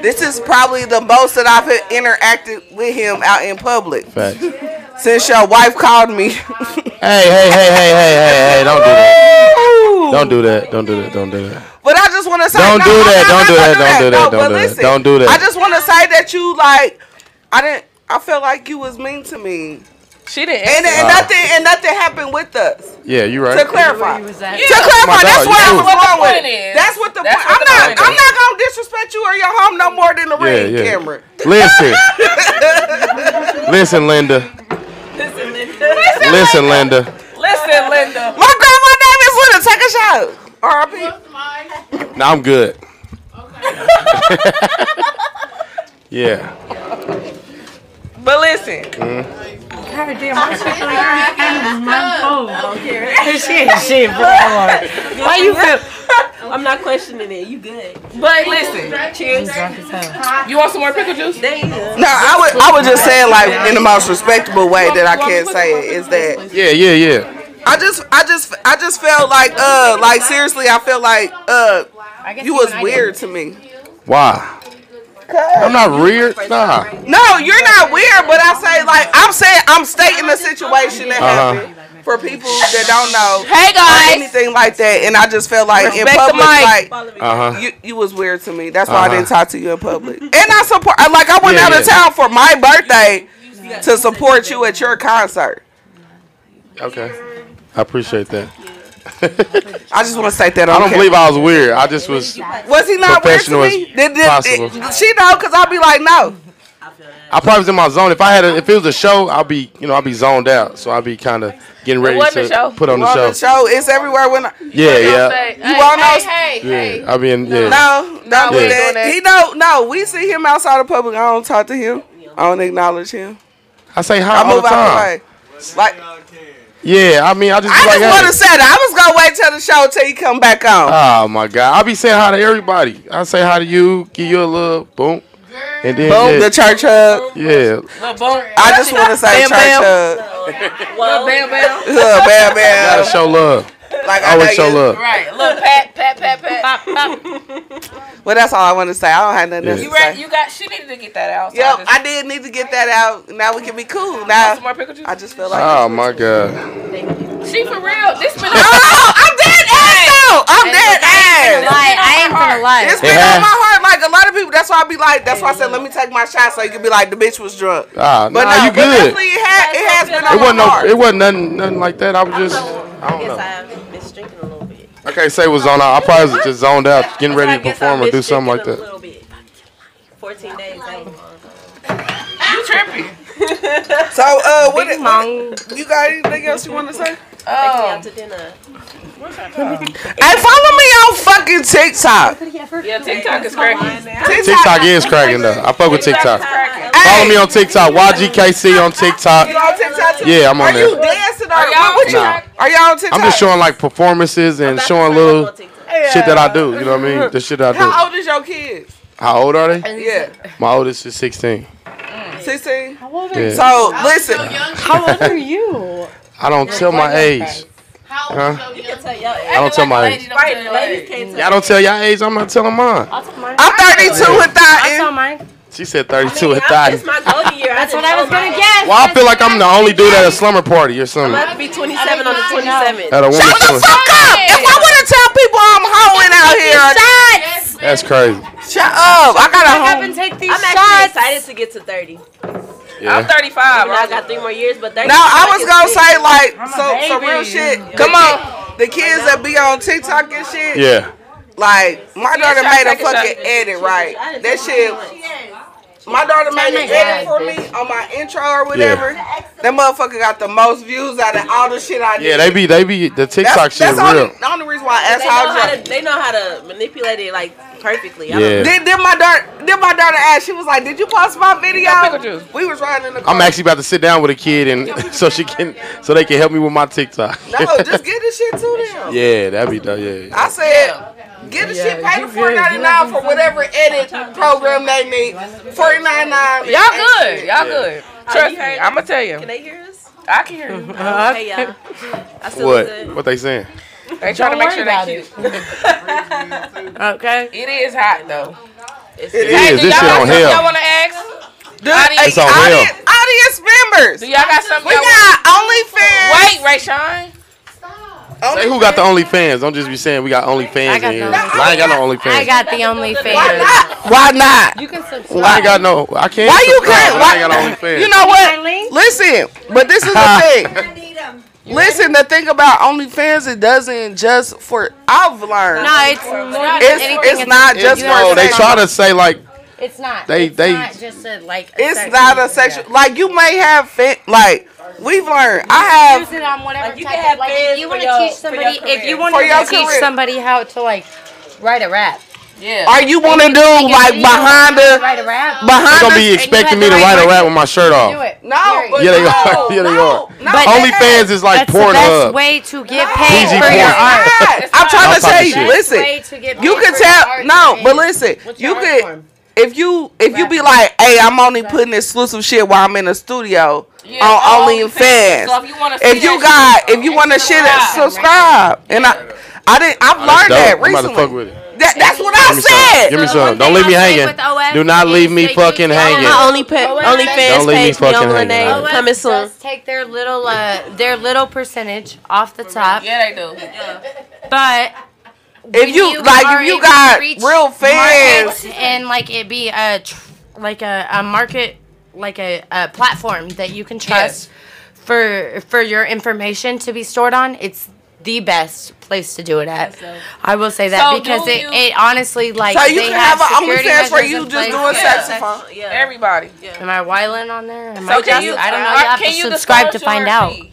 S1: This is probably the most that I've interacted with him out in public
S5: Facts. Hey,
S1: since your wife called me.
S5: hey, hey, hey, hey, hey, hey! Don't do that. Don't do that. Don't do that. Don't do that.
S1: But I just want to say,
S5: Don't
S1: no,
S5: do
S1: I'm
S5: that,
S1: not
S5: don't do
S1: gonna
S5: that, don't do
S1: No,
S5: that, don't
S1: but
S5: do that,
S1: listen,
S5: don't do that.
S1: I just want to say that you like, I didn't. I felt like you was mean to me,
S2: She didn't.
S1: and,
S2: answer.
S1: and nothing and nothing happened with us.
S5: Yeah, you
S1: To
S5: right.
S1: clarify,
S6: Where
S1: to
S6: was that?
S1: clarify,
S5: My
S1: that's
S5: dog,
S1: where I
S5: you
S1: was
S5: cool.
S1: going
S2: What the
S1: with.
S2: point is.
S1: That's what the
S2: That's
S1: point. I'm
S2: what the
S1: not.
S2: point
S1: I'm
S2: is.
S1: not gonna disrespect you or your home no more than the
S5: Yeah,
S1: ring
S5: yeah.
S1: camera.
S5: Listen, listen, Linda.
S8: Listen, Linda.
S5: Listen, Linda.
S2: Listen, Linda.
S1: My grandma name is Linda. Take a shot. R.I.P.
S5: Nah, I'm good. yeah.
S2: But listen,
S6: Why you feel?
S8: I'm not questioning it. You good.
S2: but listen.
S8: Cheers.
S2: You want some more pickle juice?
S8: They good.
S1: No, I would. I was just saying like in the most respectable way that I can say it is that.
S5: Yeah, yeah, yeah.
S1: I just, I just, I just felt like, uh, like seriously, I felt like, uh, you was weird to me.
S5: Why? I'm not weird. Nah.
S1: No, you're not weird, but I say like I'm saying I'm stating the situation that
S5: Uh-huh.
S1: happened for people that don't know
S2: Hey
S1: or
S2: guys.
S1: anything like that, and I just felt like in
S2: Respect the
S1: public,
S2: mic.
S1: like
S5: Uh huh.
S1: you, you was weird to me. That's why I didn't
S5: Uh-huh.
S1: talk to you in public. And I support, I- like I went
S5: Yeah,
S1: out of
S5: yeah.
S1: town for my birthday to support you at your concert.
S5: Okay. I appreciate that.
S1: I just want to state that.
S5: I
S1: On
S5: don't
S1: camera.
S5: believe I was weird. I just was.
S1: Was he not weird to
S5: professional
S1: me?
S5: as
S1: Did, did,
S5: possible.
S1: did- she know? Cause I'll be like, no.
S5: I probably was in my zone. If I had, a, if it was a show, I'd be, you know, I'd be zoned out. So I'd be kind of getting ready
S2: wasn't a show.
S5: to put on
S1: You on
S5: the
S1: the
S5: show.
S1: show. It's everywhere when. I,
S5: Yeah, yeah,
S2: Say,
S1: You all know-
S2: Hey, hey, hey.
S5: yeah. I be in. Yeah.
S1: No, no,
S5: we
S1: that-
S5: ain't
S2: doing that.
S1: he don't. No, we see him outside the public. I don't talk to him. I don't acknowledge him.
S5: I say hi
S1: I
S5: all
S1: move
S5: the
S1: out the
S5: time.
S1: way. Like
S5: Yeah. I mean, I just. Be
S1: I
S5: like,
S1: just want
S5: hey.
S1: to say that I was gonna wait till the show till you come back on.
S5: Oh my God! I be saying hi to everybody. I say hi to you, give you a little boom, and then
S1: Boom, the church hug.
S5: yeah, yeah.
S2: Little boom.
S1: I just want to say
S2: Bam,
S1: church
S2: bam.
S1: hug.
S2: Little bam bam.
S1: Hug, bam,
S5: gotta
S1: bam.
S5: show love.
S1: Like I know
S5: Always show
S1: you-
S5: love.
S2: Right. Little pat, pat, pat, pat.
S1: Well, that's all I want to say. I don't have nothing else
S5: Yeah.
S2: You
S1: to
S2: right.
S1: say.
S2: You got. She needed to get that out. so
S1: Yep,
S2: just-
S1: I did need to get that out. Now we can be cool.
S2: Want
S1: Now
S2: some more pickle juice?
S1: I just feel like.
S5: Oh my God!
S2: She for real. This been.
S1: Oh, I'm dead ass though. I'm dead
S6: I ain't
S1: ass.
S6: gonna lie. I ain't gonna lie.
S1: It's been on my heart like a lot of people. That's that's why I be like. That's why I said let me take my shot so you can be like the bitch was drunk.
S5: Ah,
S1: But
S5: nah,
S1: no,
S5: you
S1: but
S5: good.
S1: definitely it, ha- it has been on
S5: It wasn't
S1: my
S5: no,
S1: heart.
S5: it wasn't nothing, nothing like that. I was just, I
S8: I
S5: don't
S8: guess
S5: know.
S8: I've been drinking a little bit.
S5: I can't say it was on. I probably was just zoned out, getting
S8: So
S5: ready
S8: I
S5: to
S8: guess
S5: perform
S8: I've
S5: or
S8: been
S5: do something like
S8: drinking a
S5: that.
S8: little bit. 14 days. that was long.
S1: So uh, what,
S6: Big
S1: it-
S6: Mong.
S1: you got anything else you want to say?
S8: Take me out to dinner.
S1: Hey, follow me on fucking TikTok.
S2: Yeah, TikTok is cracking.
S5: TikTok is cracking though. I fuck with TikTok. Follow me on TikTok. YGKC on
S1: You
S5: TikTok.
S1: on TikTok too?
S5: Yeah, I'm on
S1: Are you
S5: there.
S1: dancing or are
S2: y'all
S1: y'all, what, what you,
S5: Nah.
S1: are y'all on TikTok?
S5: I'm just showing like performances and showing little shit that I do. You know what I mean? The shit that I
S1: How
S5: do.
S1: old is your kids?
S5: How old are they?
S1: Yeah,
S5: My oldest is 16.
S1: 16.
S5: Yeah.
S1: So listen,
S6: How old are you?
S5: I don't tell my age. Huh?
S8: You can tell y'all
S5: I don't tell my age.
S8: Right, ladies can't tell.
S5: Y'all don't tell y'all age. I'm not telling mine.
S6: I'll tell mine.
S1: I'm 32 with
S6: I'll tell
S1: that.
S6: mine.
S5: She said 32
S8: I'm
S5: with thought.
S8: just my golden year.
S6: That's what I was gonna guess.
S5: Well, I feel like I'm the only dude at a slumber party or something.
S8: I'm about to be 27 on the 27th.
S5: At a
S1: Shut the
S5: woman's slumber.
S1: fuck up! If I want to tell people I'm hoeing out here,
S5: That's crazy.
S1: shut up. I got
S6: Back
S1: a
S6: up
S1: home.
S6: and take these
S8: I'm actually
S6: shots.
S8: excited to get to 30.
S2: I'm
S5: Yeah.
S2: 35.
S8: Now I
S2: right?
S8: got three more years, but 30.
S1: No, I was gonna
S8: fucking
S1: say like
S2: a
S1: so so
S2: baby.
S1: real shit. Come on, the kids that be on TikTok and shit.
S5: Yeah.
S1: Like my
S2: Yeah,
S1: daughter
S2: try
S1: made
S2: to
S1: a
S2: take a shot.
S1: fucking edit, right? That shit. My daughter made an edit for me on my intro or whatever. That motherfucker got the most views out of all the shit I did.
S5: Yeah, they be they be the
S1: that's,
S5: TikTok shit
S1: that's the
S5: real.
S1: Only, the only reason why I asked
S8: They
S1: how.
S8: know
S1: old
S8: how
S1: y'all-
S8: to. They know how to manipulate it like perfectly. I
S5: Yeah.
S8: don't-
S1: Then, then my daughter, then my daughter asked. She was like, "Did you post my
S2: got
S1: video?"
S2: pictures.
S1: We was riding in the car.
S5: I'm actually about to sit down with a kid and so she can so they can help me with my TikTok.
S1: no, just get this shit to them.
S5: yeah, that'd be dope. Yeah.
S1: I said, get the shit paid for four ninety nine for whatever edit program they need. Four ninety nine.
S2: Y'all good. Y'all good. Trust
S8: you
S2: me.
S8: heard
S2: I'm gonna tell
S8: Can
S2: you.
S8: they hear us?
S2: I can hear you.
S8: Hey y'all. I still
S5: What?
S8: listen.
S5: What they saying?
S2: They trying to make
S6: worry
S2: sure they
S6: about
S2: cute.
S6: Okay.
S2: It is hot though.
S5: It
S2: Hey,
S5: is.
S2: do y'all
S5: This shit
S2: got
S5: on
S2: something y'all
S5: hell.
S2: wanna ask?
S5: It's on hell.
S1: Audience, audience members.
S2: Do y'all got something?
S1: We
S2: y'all wanna-
S1: got OnlyFans.
S2: Wait, Rayshawn.
S5: Hey, who got the OnlyFans? Don't just be saying we got OnlyFans in
S6: got
S5: here.
S6: the
S5: I ain't got no OnlyFans.
S6: I got the only fan.
S1: Why not?
S6: You can subscribe.
S5: Well, I ain't got no. I can't.
S1: Why you
S5: subscribe,
S1: can't?
S5: but I ain't got no
S1: Why,
S5: OnlyFans.
S1: you know what?
S6: Finally.
S1: Listen, but this is the thing. Listen, the thing about OnlyFans, it doesn't just for. I've learned.
S6: No, it's more than
S1: It's,
S6: anything.
S1: it's not just
S5: It's-
S1: for.
S5: no, Oh, they
S1: sex.
S5: try to say like
S6: It's not.
S5: They-
S6: it's
S5: they-
S6: not just a like. A
S1: It's
S6: sex-
S1: not a sexual. Like you may have. Fa- like we've learned. I have.
S6: Use it on whatever
S8: Like, you
S6: type
S8: can
S6: of-
S8: have
S6: like,
S8: fans
S6: if you
S8: for
S6: want
S8: your-
S6: to teach
S8: for your
S6: somebody, if
S8: career.
S6: you
S8: For
S6: want
S1: your
S6: to teach
S1: career.
S6: somebody how to like write a rap,
S2: Yeah.
S1: Are you want to do like behind
S6: How to
S1: the
S6: write a rap.
S5: they're
S1: behind
S5: gonna
S1: the?
S5: be
S6: you
S5: expecting
S6: have
S5: me to
S6: the right
S5: write a
S6: mindset
S5: rap with my shirt
S6: Do
S5: off.
S6: it.
S1: No,
S6: Period.
S1: but
S5: Yeah, they
S1: no,
S5: are. Yeah, they
S1: no,
S5: are.
S1: no,
S6: But-
S1: they
S5: OnlyFans is like
S6: That's the best
S5: Pornhub.
S6: way to get
S1: No,
S6: paid
S5: Easy
S6: for
S5: porn.
S6: your
S1: it's not.
S6: art.
S1: I'm trying to
S5: I'm
S1: tell
S5: talking
S1: you.
S5: shit.
S1: Listen, you can tell. No, but listen, you could. If you if you be like, hey, I'm only putting exclusive shit while I'm in the studio
S2: Yeah,
S1: on
S2: So
S1: OnlyFans.
S2: if you wanna see
S1: If you
S2: that
S1: got if you want to shit,
S2: Subscribe.
S1: subscribe. And I I didn't I've
S5: That's
S1: learned that
S5: dope. I'm about to fuck
S1: recently.
S5: with it.
S1: That, that's what
S5: Give me some.
S1: I
S5: Give
S1: said.
S5: me some. Don't leave me hanging. Do not leave me fucking hanging.
S7: My only pe-
S8: Oh,
S7: only fans
S5: Don't leave me
S7: page,
S5: fucking
S7: Neola
S5: hanging out.
S7: Name, coming soon.
S6: Just take their little uh, their little percentage off the top,
S2: shit. Yeah, they do.
S6: but
S1: If you like if you got real fans,
S6: and like it be a tr- like a, a market like a, a platform that you can trust for for your information to be stored on it's the best place to do it at i will say that
S2: So
S6: because
S2: do
S6: it,
S2: you-
S6: it honestly like
S1: so you
S6: they
S1: can have an
S6: security
S1: OnlyFans where
S6: measures
S1: you
S6: in
S1: just
S6: place.
S1: doing
S2: Yeah.
S1: saxophone.
S8: Yeah.
S2: Everybody.
S6: am i whiling on there am
S2: So
S6: I
S2: can
S6: just,
S2: you?
S6: i don't know
S2: uh,
S6: you have
S2: can
S6: to subscribe to
S2: disclose
S6: find
S2: your
S6: out
S2: fee?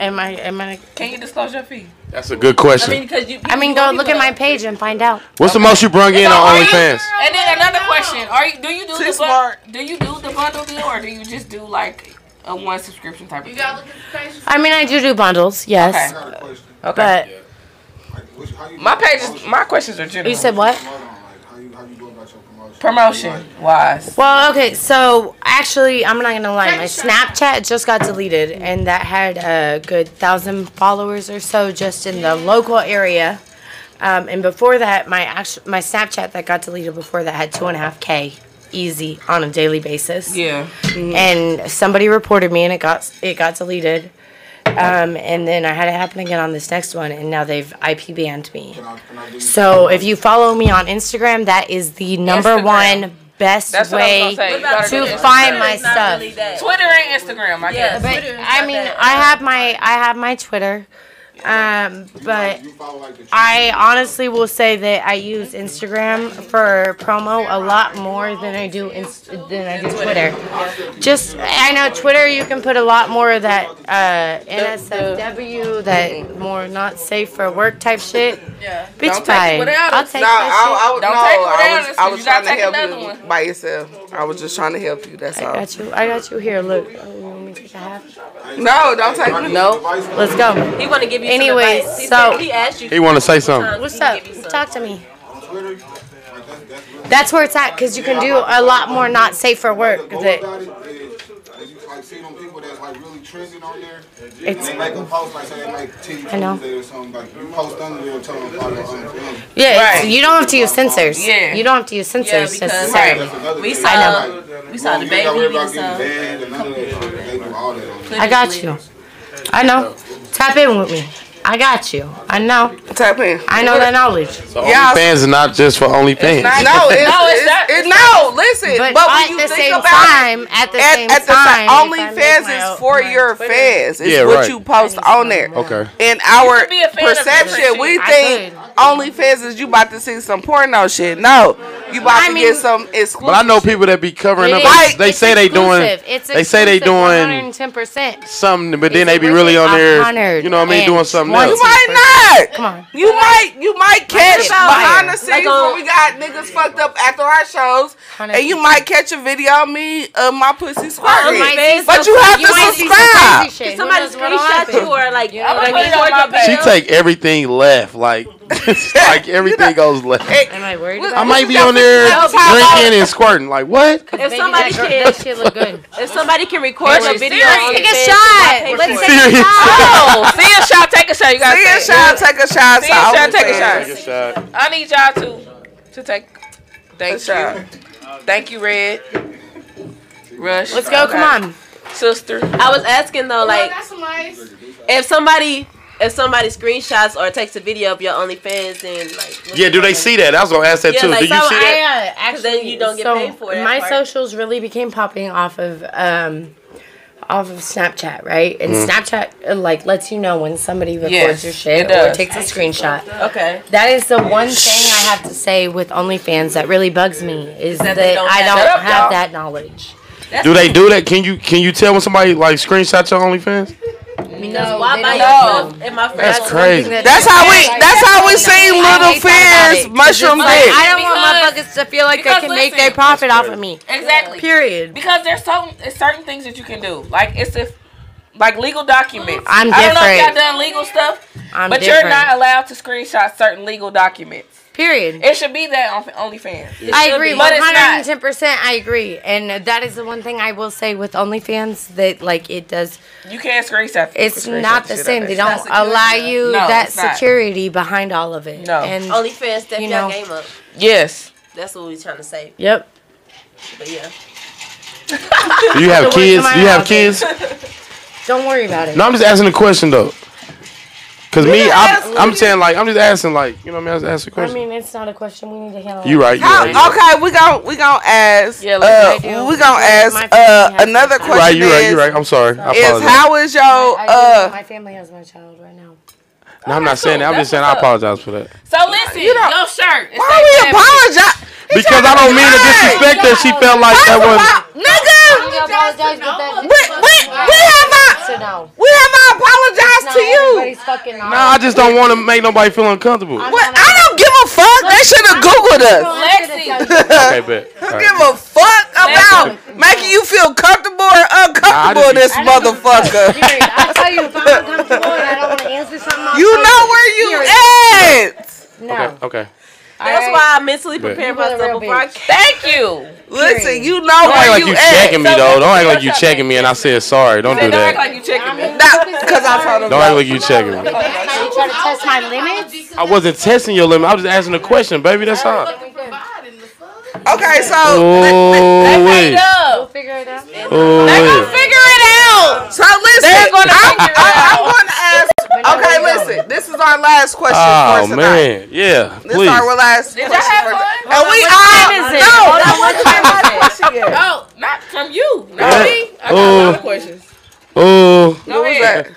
S6: am i am i
S2: Can you disclose your fee?
S5: That's a good
S8: I mean,
S5: question.
S8: because you.
S6: i mean go look at my page and find out
S5: What's the most you brung in on
S2: Are you-
S5: OnlyFans?
S2: And then another question: Are you do you do
S1: Too
S2: the bu-
S1: smart.
S2: do you do the bundle deal or do you just do like a one subscription type of
S4: You
S2: thing?
S4: gotta look at the page.
S6: i mean i do do bundles yes
S2: Okay.
S9: got a question.
S6: but
S2: My pages, my questions are general.
S6: you said what
S9: Hold on, like, how you, how you go about your promotion?
S2: promotion wise.
S6: Well, okay, so actually, I'm not gonna lie. My Snapchat just got deleted, and that had a good thousand followers or so just in the local area. Um, and before that, my actual my Snapchat that got deleted before that had two and a half k easy on a daily basis.
S2: Yeah.
S6: And somebody reported me, and it got it got deleted. Um, and then I had it happen again on this next one, and now they've IP banned me. So if you follow me on Instagram, that is the number
S2: Instagram.
S6: one best
S2: That's what I
S6: way
S2: was gonna say. You gotta do
S6: to
S2: Instagram.
S6: find my
S8: It's not
S6: stuff.
S8: really that.
S2: Twitter and Instagram, I
S8: Yeah,
S2: guess.
S8: but
S6: But I mean, I have my I have my Twitter, um, but
S9: You follow like the
S6: I honestly will say that I use Instagram for promo a lot more than I do inst- than I do Twitter. Just I know Twitter you can put a lot more of that uh, NSFW that more not safe for work type shit.
S2: Yeah.
S6: Bitch,
S2: Don't take
S6: bye.
S2: it without
S6: I'll
S2: us.
S6: take
S1: No,
S6: that
S1: I, I,
S2: Don't
S1: no,
S2: take it down,
S1: I was,
S2: it's
S1: I
S2: 'cause
S1: was
S2: you
S1: trying
S2: gotta
S1: to
S2: take
S1: help
S2: another
S1: you
S2: one.
S1: by yourself. I was just trying to help you. That's
S6: shit. I
S1: all.
S6: got you. I got you here. Look, oh, you want me to take a half?
S1: No, don't take it.
S6: Let's go.
S8: He want to give you
S6: Anyways,
S8: some advice. He
S6: so-
S8: said he asked you.
S5: He want to say something.
S8: sometimes
S6: What's
S8: he can
S6: up?
S8: give you some.
S6: Talk to me.
S9: Twitter, like that's, that's really
S6: That's where it's at because you can do a lot more not safe for work.
S9: go
S6: That
S9: about it is, is you like see them people that's like really trending on there. And
S6: It's-
S9: they make a post like say they make T
S6: I know.
S9: Tuesday or something like you post under there and tell them to follow unfilmed.
S6: Yeah, it's-
S2: Right.
S6: you don't have to use sensors.
S2: Yeah.
S6: You don't have to use sensors.
S8: Yeah,
S6: to
S8: because-
S6: say-
S2: Right.
S9: That's another
S8: We
S9: thing.
S8: saw-
S9: Like,
S8: we saw the
S9: you ain't gotta worry
S8: baby,
S9: about
S8: we
S9: getting
S8: saw-
S9: banned and none of that shit. They do all that on there.
S6: I got you. I know. Tap in with me. I got you. I know.
S1: Tap in.
S6: I know that knowledge.
S5: So
S1: Yeah.
S5: OnlyFans is not just for OnlyFans.
S2: not-
S1: No, it's,
S2: No, it's
S1: it's-
S2: not-
S1: it- no, listen.
S6: But,
S1: But,
S6: at
S1: when you
S6: the
S1: think
S6: same
S1: about it,
S6: time, at the
S1: at,
S6: same
S1: at the
S6: time,
S1: time,
S6: if I
S1: only
S6: make
S1: fans
S6: my-
S1: is for
S6: my
S1: your
S6: Twitter-
S1: fans. It's
S5: Yeah,
S1: what
S5: right.
S1: you post on there.
S5: Okay.
S1: In our
S2: could be a fan of different
S1: perception, we
S2: shit.
S6: I
S1: think
S6: could.
S1: OnlyFans is you about to see some porno shit. No, you about
S6: I
S1: to
S6: mean-
S1: get some exclusive.
S5: But I know people that be covering
S6: It
S5: up.
S6: is.
S5: they
S6: It's
S5: say they doing.
S6: exclusive. It's
S5: they say they
S6: exclusive,
S5: doing
S6: 110%.
S5: something, but then
S6: It's
S5: they be really on
S6: worth it. A
S5: there.
S6: hundred
S5: You know what I mean?
S6: and
S5: Doing
S6: twenty.
S5: something else.
S1: You might not.
S6: Come on.
S1: You might you might catch
S6: about
S1: behind
S6: fire?
S1: the scenes when we got niggas fucked up after our shows,
S6: Hundred
S1: and you might catch a video of me of my pussy squirting.
S6: might see some-
S1: But you have
S6: you might
S1: to
S6: see some crazy
S1: subscribe.
S6: shit. Who
S8: Somebody
S6: knows what'll
S8: screenshot
S6: happen?
S8: you or like, you know,
S2: I'ma
S8: like
S2: put it on my page.
S5: She take everything left, like like everything goes left.
S1: Hey,
S6: Am I worried
S1: Look,
S6: about
S5: I
S6: it?
S5: might be on there
S1: That's how-
S5: drinking and squirting. Like what?
S8: if
S6: Maybe
S8: somebody
S6: that, girl-
S8: can,
S6: that shit look good.
S8: if somebody can record
S2: We're
S8: a video,
S2: serious.
S8: on
S2: Take
S6: Take
S8: the
S6: a
S8: fence,
S6: shot.
S8: why
S6: Let's
S8: pay
S6: take a
S5: Serious.
S6: shot.
S2: Oh, see a shot, take a shot. You gotta
S1: see a
S2: take
S1: shot, take a shot.
S2: See a shot,
S1: to
S2: take a
S1: OnlyFans.
S2: shot. I need y'all to to take. Thank
S1: shot.
S2: you, thank you, Red. Rush.
S6: Let's go. Come on.
S2: sister.
S8: for it? I was asking though, like, if somebody if somebody screenshots or takes a video of your OnlyFans, then like, what-
S5: Yeah, do they see that? I was gonna ask that
S8: Yeah,
S5: too.
S8: like,
S5: do you
S8: so
S5: see
S8: I-
S5: that?
S6: I, uh,
S8: then
S6: actually,
S8: you don't get
S6: so
S8: paid for it,
S6: My
S8: that part.
S6: socials really became popping off of um, off of Snapchat, right? And Snapchat uh, like lets you know when somebody records
S2: Yes,
S6: your shit
S2: it
S6: or
S2: does.
S6: takes a screenshot.
S8: okay,
S6: That is the one thing I have to say with OnlyFans that really bugs me is that,
S8: they don't
S6: I
S8: have-
S6: don't
S8: Shut up,
S6: have
S2: y'all.
S6: that knowledge.
S5: Do they do that? Can you can you tell when somebody like screenshot your OnlyFans?
S6: No,
S8: why
S6: they
S8: buy
S6: don't know.
S8: yourself in my
S5: That's
S8: friends?
S5: crazy.
S1: That's how we. That's how we seen
S6: I
S1: little
S6: hate that about
S1: fans
S6: it, 'cause it's
S1: mushroom
S6: like,
S1: dick.
S6: I don't want
S2: Because-
S6: motherfuckers to feel like they
S2: because
S6: can make
S2: listen-
S6: their profit off of me.
S2: Exactly.
S6: Period.
S2: Because there's certain it's certain things that you can do. Like it's if like legal documents.
S6: I'm
S2: I don't know if y'all
S6: different.
S2: done legal stuff,
S6: I'm
S2: but
S6: different.
S2: you're not allowed to screenshot certain legal documents.
S6: Period.
S2: It should be that on OnlyFans. It
S6: I
S2: should
S6: agree,
S2: be, but
S6: one
S2: it's
S6: hundred
S2: not.
S6: and ten percent. I agree, and that is the one thing I will say with OnlyFans that like it does.
S2: You can't screenshot.
S6: It's
S2: screenshot
S6: not
S2: the
S6: the
S2: shit
S6: same.
S2: out
S6: They
S2: of it.
S6: don't
S8: It's not
S6: allow
S8: security,
S6: you
S2: No,
S6: that
S2: it's not.
S6: security behind all of it.
S2: No.
S6: and
S7: Oh,
S8: OnlyFans step
S6: You
S8: your
S6: know.
S8: game up.
S2: Yes.
S8: That's what we trying to say.
S6: yep.
S8: But yeah,
S5: Do you have
S6: So when
S5: kids?
S6: somebody
S5: Do you have
S6: else is-
S5: kids?
S6: Don't worry about it.
S5: No, I'm just asking a question though. Cause me, I'm, I'm saying like I'm just asking like you know what I mean. I just asked a
S6: I
S5: question.
S6: mean, it's not a question. We need to handle.
S5: you right. You
S1: How-
S5: right. you right.
S1: okay, we gon' we gon' ask.
S2: Yeah,
S1: uh,
S2: like they
S1: we gon' ask
S6: My
S1: uh,
S6: family has
S1: another
S6: some-
S1: question
S5: You right. You right.
S1: is,
S5: You right. I'm sorry. I
S1: is
S5: apologize.
S1: how is your
S6: I, I do.
S1: uh
S6: my family has my child right now.
S5: no, I'm not saying that. I'm just saying I
S2: That's what's
S5: apologize for that.
S2: So listen,
S1: You don't-
S2: your shirt. It's
S1: why
S2: that
S1: we
S2: family.
S1: apologize?
S5: Because I don't mean to disrespect her. She felt like
S1: First
S5: that
S1: of all,
S5: was.
S1: nigga,
S6: apologize, but that
S1: we, we, we have
S6: so
S1: not
S6: no.
S1: we have not apologized to you.
S6: Everybody's fucking
S5: No, I just don't want to make nobody feel uncomfortable.
S1: What? I don't give a fuck. They should have googled us.
S2: Lexi.
S5: Okay, bet. All
S1: I
S5: right.
S1: give a fuck about making you feel comfortable or uncomfortable.
S5: Nah, I
S1: This
S5: just-
S1: motherfucker.
S6: I tell you, if I'm uncomfortable and I don't want to answer something, I'll
S1: You
S6: tell
S1: know where you at.
S6: No.
S5: Okay. Okay.
S8: that's why I mentally
S5: But-
S8: prepare
S6: You were a
S8: myself
S6: real
S8: before I.
S2: Thank you.
S1: Listen, you know
S5: Don't act
S1: where
S5: like
S1: you
S5: you
S1: at.
S5: checking me though. Don't act like you checking me and I said sorry. Don't do
S2: Don't act
S5: that.
S2: like you checking me.
S1: Because I told him.
S5: Don't act like you checking me.
S6: Now you try to test my limits?
S5: I wasn't testing your limit. I was just asking a question, baby. That's all.
S4: Providing the fuck.
S1: Okay, so
S5: Oh wait.
S2: Go.
S6: We'll figure it out.
S5: Oh wait.
S2: Figure it out.
S1: so listen.
S2: They're gonna
S1: I'm,
S2: figure it
S1: I,
S2: out.
S1: am going to ask. Okay, listen. This is our last question
S5: Oh
S1: for tonight.
S5: man. Yeah.
S1: This is
S5: Please.
S1: our last
S2: Did y'all
S1: question
S2: have
S1: for
S2: fun?
S1: tonight. And we all
S6: time is it?
S1: no.
S6: Hold on,
S1: That wasn't my last question yet.
S2: Oh, not from you. Not
S5: Yeah.
S2: me. I got a lot
S5: Oh.
S2: of questions.
S5: Oh.
S2: Go
S1: What was
S2: ahead.
S1: that?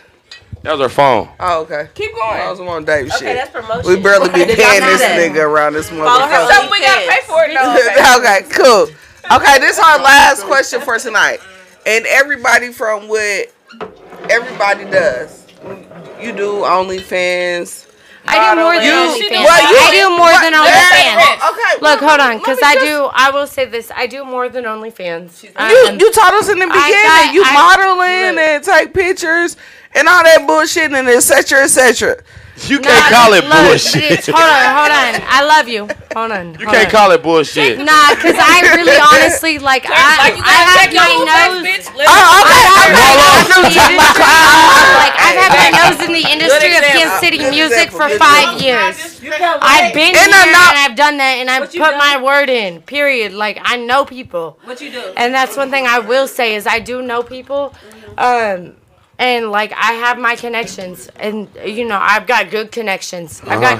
S5: That was our phone.
S1: Oh, okay.
S2: Keep
S1: I was
S2: going.
S1: on Dave shit.
S8: Okay, that's promotion.
S1: we barely be
S8: Did y'all
S1: paying
S8: know
S1: this
S8: that?
S1: nigga around this
S8: her
S1: motherfucker.
S2: So we gotta pay for it though.
S1: okay, cool. Okay, this is our last question for tonight. And everybody from what everybody does. You do OnlyFans.
S6: I do more than
S2: You-
S6: OnlyFans.
S1: well, you-
S6: I do more than OnlyFans.
S1: Okay.
S6: Look,
S1: well,
S6: hold on,
S1: let
S6: because
S1: me
S6: I
S1: just-
S6: do. I will say this: I do more than OnlyFans.
S1: You,
S6: Um,
S1: you told us in the beginning
S6: got-
S1: you
S6: I-
S1: modeling
S6: look.
S1: and take pictures and all that bullshit and et cetera, et cetera.
S5: You
S6: nah,
S5: can't call it
S6: look,
S5: bullshit.
S6: bitch, hold on, hold on. I love you. Hold on.
S5: You can't call it bullshit.
S6: Nah, because I really, honestly, like, I,
S2: Like you
S6: I
S2: gotta
S6: have
S2: check your own
S6: my nose.
S2: tax, bitch. Let's-
S1: Oh, okay.
S6: I
S1: okay.
S6: have my nose in the industry. Like, I've had my
S2: Hey.
S6: nose in the industry of
S2: example.
S6: Kansas City
S1: Good
S6: music
S1: example.
S6: for
S1: Good
S6: five years. I've been
S1: And
S6: here
S1: I'm not-
S6: and I've done that and I've put my word in. Period. Like I know people.
S8: What you do?
S6: And that's one thing I will say is I do know people. Um and like I have my connections and you know, I've got good connections. I've got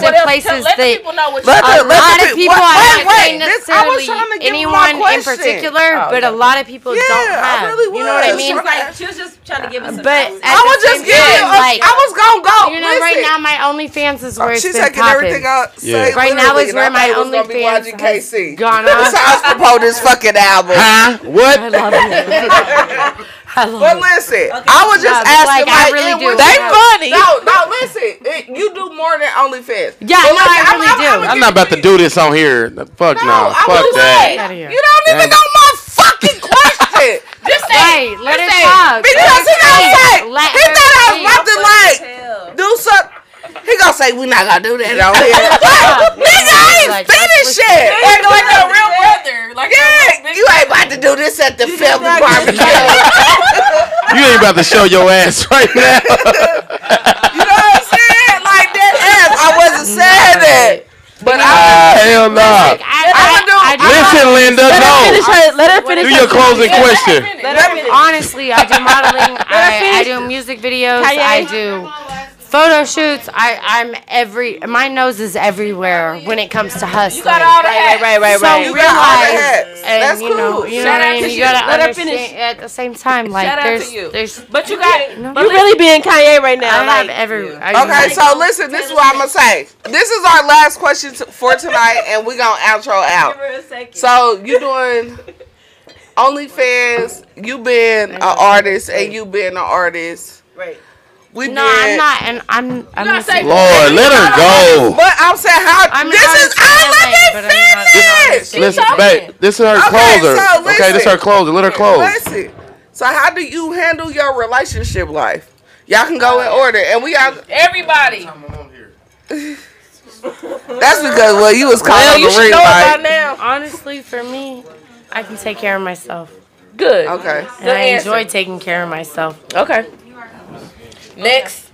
S2: Uh-huh. What
S6: in
S2: else? Let the
S6: places that
S2: people know what
S1: Let
S2: you
S1: the-
S6: a
S1: let
S6: lot
S1: the
S6: of
S1: pe-
S6: people, I'm
S1: wait,
S6: not
S1: wait,
S6: saying
S1: this- I was
S6: necessarily
S1: trying to give my
S6: anyone in
S1: question.
S6: particular, but a lot of people
S1: Yeah,
S6: don't
S1: I
S6: have.
S1: really
S6: You know what I
S1: was.
S6: mean?
S1: Sure.
S8: Like, she was just trying to give us.
S6: But
S8: But
S1: I
S6: at the
S1: was just
S6: same
S1: giving
S6: time,
S1: you a-
S6: like
S1: I was gonna go.
S6: you know, right
S1: Listen.
S6: now
S1: Oh,
S6: my OnlyFans is where it's
S1: She's
S6: been
S1: taking
S6: popping.
S1: everything out. Say
S5: Yeah.
S6: Right now
S1: literally,
S6: is
S1: and
S6: where
S1: I
S6: my
S1: thought it was gonna be
S6: OnlyFans has
S1: YGKC.
S6: gone
S1: It's
S6: on.
S1: time to promote this fucking album.
S6: I love it. I
S5: Huh? What?
S6: love
S1: But
S6: it.
S1: listen, I was just
S6: Nah, but,
S1: asking.
S6: like, I
S1: like,
S6: really
S1: it
S6: do.
S1: was-
S6: They
S1: funny. No, no, listen. It, you do more than OnlyFans.
S6: Yeah,
S1: But
S6: no, I
S1: I'm-
S6: really
S1: I'm-
S6: do.
S1: I'm,
S5: I'm not about to do this on here. Fuck no.
S1: No, I
S5: Fuck
S1: was
S5: that.
S1: like,
S6: Outta here.
S1: You don't even
S5: Damn.
S1: know my fucking question.
S2: just say.
S6: Hey, let it
S2: Listen,
S6: talk.
S1: Because he
S6: Let it
S1: gonna
S6: speak.
S1: say,
S6: Let
S1: he
S6: her
S1: thought I was
S6: speak.
S1: about to like do something. He gonna say we not gonna do that on here. What? Nigga, I ain't
S6: Like,
S1: finished
S6: that's
S1: yet.
S2: Like, like a real brother. Like a
S1: Yeah,
S2: real
S1: you ain't about to do this at the film department.
S5: You ain't about to show your ass right now.
S1: You know what I'm saying? Like that ass. I wasn't saying that. But I.
S5: Ah, hell no.
S6: Like, I, I, I, do-
S5: Listen, Linda,
S7: Finish
S5: no.
S7: her. Let her finish.
S5: Do your closing question.
S6: honestly, I do modeling. I, I do music videos. I do photo shoots. I, I'm every. My nose is everywhere when it comes to hustling. You got all the
S7: Right, right, right,
S6: So
S7: right.
S1: You
S6: realize,
S1: got all the hats.
S6: and
S1: That's
S6: you know,
S1: cool.
S6: you know
S2: Shout
S6: what
S2: out
S6: I
S2: to
S6: mean. You
S2: you.
S6: gotta
S2: Let her
S6: understand at the same time, like
S2: Shout out to
S6: there's,
S2: you.
S6: there's,
S2: But you got it.
S6: no,
S2: But
S7: You really being Kanye right now.
S6: I have
S7: like,
S6: every.
S1: Okay, so listen, this is what I'm gonna say. This is our last question t- for tonight, and we gonna outro out.
S8: for a second.
S1: So you doing OnlyFans? You being an artist, and you being an artist.
S8: Right.
S1: We
S6: No, I'm not, and I'm. I'm
S2: gotta
S6: not saying.
S2: say-
S5: Lord, let her go.
S1: But I'm saying how
S6: I'm
S1: this
S6: not
S1: is. I
S6: saying
S1: let
S6: that, but I'm not
S1: me
S6: saying
S1: finish.
S5: Listen,
S2: talking.
S5: babe, this is her
S1: Okay,
S5: closer.
S1: so
S5: okay, this is
S1: listen.
S5: her closer. Let her close.
S1: Listen. So how do you handle your relationship life? Y'all can go in order, and we all.
S2: everybody.
S1: That's because well, you was calling
S2: Well,
S1: out
S2: you
S1: the
S2: should
S1: ring
S2: know about
S1: light.
S2: now.
S6: Honestly, for me, I can take care of myself.
S2: Good.
S1: Okay.
S6: And I
S2: answer.
S6: enjoy taking care of myself.
S2: Okay. Next.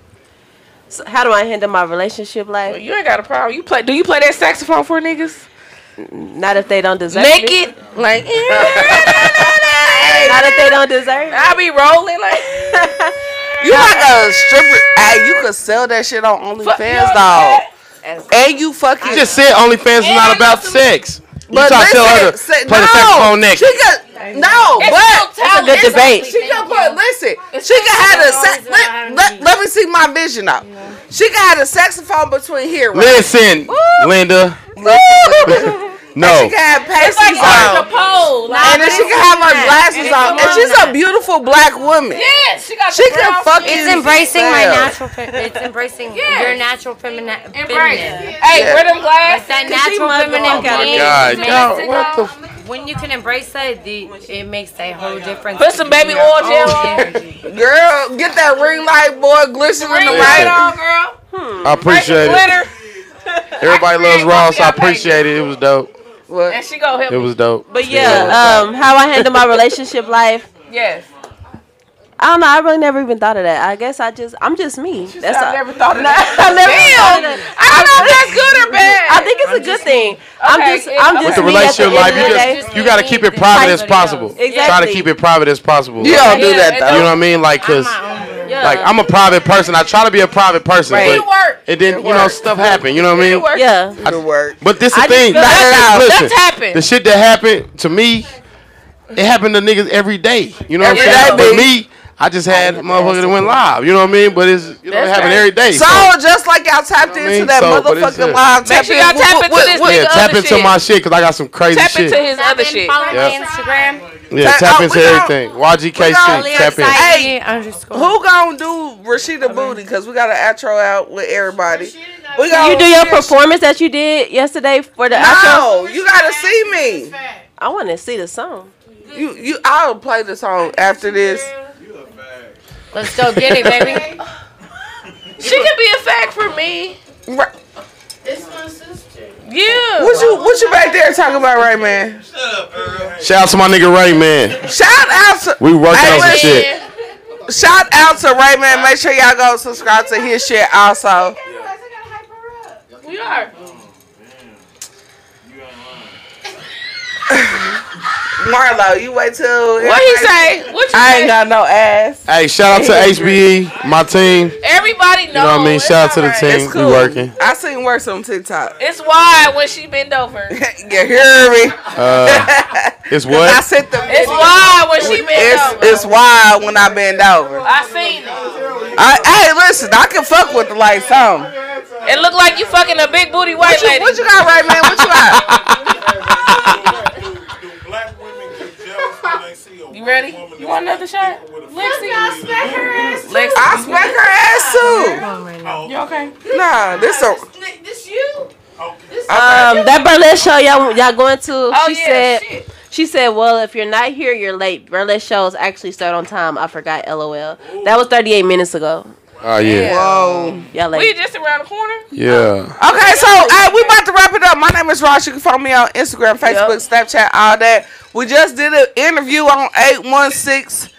S7: So how do I handle my relationship
S2: Well,
S7: life?
S2: you ain't got a problem. You play? Do you play that saxophone for niggas?
S7: Not if they don't deserve it.
S2: Naked, like. eh.
S7: Not if they don't deserve it.
S2: I be rolling like.
S1: You like a stripper? Hey, you could sell that shit on OnlyFans, dog. And you fucking
S5: You just said OnlyFans is not about sex. You trying to tell her to
S1: say-
S5: play the saxophone next.
S1: She could, no, but
S2: That's
S7: a good debate.
S1: She could put. Listen, she could have a sax. Let, let, let me see my vision out. She could have a saxophone between here. Right?
S5: Listen, Linda.
S1: She
S5: No.
S1: could have pastries
S2: on
S1: on,
S2: the pole. Like,
S1: and then she could have her glasses on, and she's a beautiful black woman.
S2: yeah, she got.
S1: She
S2: the
S1: could
S2: brown
S1: fucking.
S6: It's embracing my
S1: sell.
S6: natural. Fe- it's embracing your natural femini-
S2: Embrace.
S6: feminine.
S2: Hey, wear them glasses.
S6: That natural feminine being.
S5: God,
S6: makes-
S5: y'all, what the f-
S6: When you can embrace that, the, it makes a whole difference. Oh,
S2: Put some baby
S6: in your
S2: oil
S6: own
S2: gel on.
S6: energy.
S1: Girl, get that ring light, boy, glistening
S2: Ring
S1: the light
S2: light
S1: on.
S2: on, girl.
S5: Hmm. I appreciate it.
S2: Glitter,
S5: Everybody loves Ross. I appreciate it. It was dope.
S1: What?
S2: and she gonna help.
S5: It was dope.
S7: But yeah, um, how I handle my relationship life.
S2: Yes.
S7: I don't know. I really never even thought of that. I guess I just, I'm just me. That's all.
S2: never thought of that.
S7: I never thought of that.
S2: I don't know if that's good or bad.
S7: I think it's a good thing. I'm
S2: Okay,
S7: just,
S2: it-
S7: I'm
S2: okay.
S7: just
S5: With the
S7: me at the
S5: relationship
S7: end
S5: life,
S7: of the
S5: you
S7: day.
S5: just you gotta keep it private as possible. Try to
S7: Exactly.
S5: keep it private as possible.
S1: You don't do
S2: Yeah,
S1: that
S2: it
S1: though.
S5: You know what I mean? Like, cause
S7: Yeah.
S5: like I'm a private person. I try to be a private person,
S7: Right.
S5: but it didn't. You know, stuff happened. You know what I mean?
S7: yeah.
S1: It'll work.
S5: But this the
S7: just
S5: thing.
S7: feel like-
S5: that shit-
S2: That's
S5: listen,
S2: happened.
S5: The shit that happened to me, it happened to niggas every day. You know what
S1: Every
S5: I'm saying?
S1: day,
S5: But me, I just had motherfucker that went live. You know what I mean? But it's you know it
S2: That's
S5: happened
S2: right.
S5: every day.
S1: So just like y'all tapped
S5: I mean,
S1: into that
S5: so, but it's
S1: motherfucking
S5: it.
S1: live, tap
S2: sure
S1: in.
S2: y'all
S1: What-
S2: tap into
S1: what-
S2: this
S1: what-
S5: yeah,
S2: nigga
S5: tap
S2: other
S5: into
S2: shit.
S5: my shit because I got some crazy
S2: Tap
S5: shit.
S2: into his other shit.
S6: Follow
S5: Yep.
S6: my Instagram.
S5: yeah,
S1: Tap-
S5: tap
S1: oh,
S5: into
S1: we gon-
S5: everything. YGKC,
S1: gon-
S5: tap in.
S1: Hey,
S6: Hey, underscore.
S1: Who gonna do Rashida Booty? Because we got an outro out with everybody. We got
S7: You do your performance that you did yesterday for the outro.
S1: No, you gotta see me.
S7: I want to see the song.
S1: You, you. I'll play the song after this.
S6: Let's go get it, baby.
S2: She could be a fact for me.
S1: Right.
S10: It's my sister.
S2: Yeah.
S1: What you, what you back there talking about, right, man?
S5: Shout out to my nigga Ray, man.
S1: Shout out to.
S5: We working
S1: Hey,
S5: on some
S1: listen.
S5: shit.
S1: Shout out to Rayman. Make sure y'all go subscribe to his shit also.
S2: We are.
S1: Marlo, you wait till.
S2: What he say? What you
S1: I ain't
S2: say?
S1: got no ass.
S5: Hey, shout out to HBE, my team. You
S2: Everybody knows.
S5: know what I mean?
S2: It's
S5: Shout out to the
S2: alright.
S5: team.
S1: It's cool.
S5: We working.
S1: I seen worse on TikTok.
S2: It's why when she bend over.
S1: you hear me?
S5: Uh, it's
S1: I
S5: what?
S1: sent the
S2: It's
S1: video.
S2: why when she bend
S1: It's
S2: over.
S1: it's wild when I bend over.
S2: I seen it.
S1: I, hey, listen, I can fuck with the lights on.
S2: It looked like you fucking a big booty
S1: What
S2: white
S1: you,
S2: lady.
S1: what you got right, man? What you got?
S9: Do black women get jealous when they see a
S2: You ready? You want another shot? Lexi. Lexi.
S1: I smack her ass too.
S2: You okay?
S1: Nah, this a
S10: This you?
S7: Um, that burlesque show y'all y'all going to?
S2: Oh
S7: she
S2: yeah.
S7: said
S2: shit.
S7: she said, "Well, if you're not here, you're late. Burlesque shows actually start on time. I forgot. LOL. That was 38 minutes ago.
S5: Oh yeah,
S1: whoa.
S7: Y'all late.
S2: We just around the corner.
S5: yeah.
S1: Okay, so hey, we about to wrap it up. My name is Ross. You can follow me on Instagram, Facebook, Snapchat, all that. We just did an interview on 816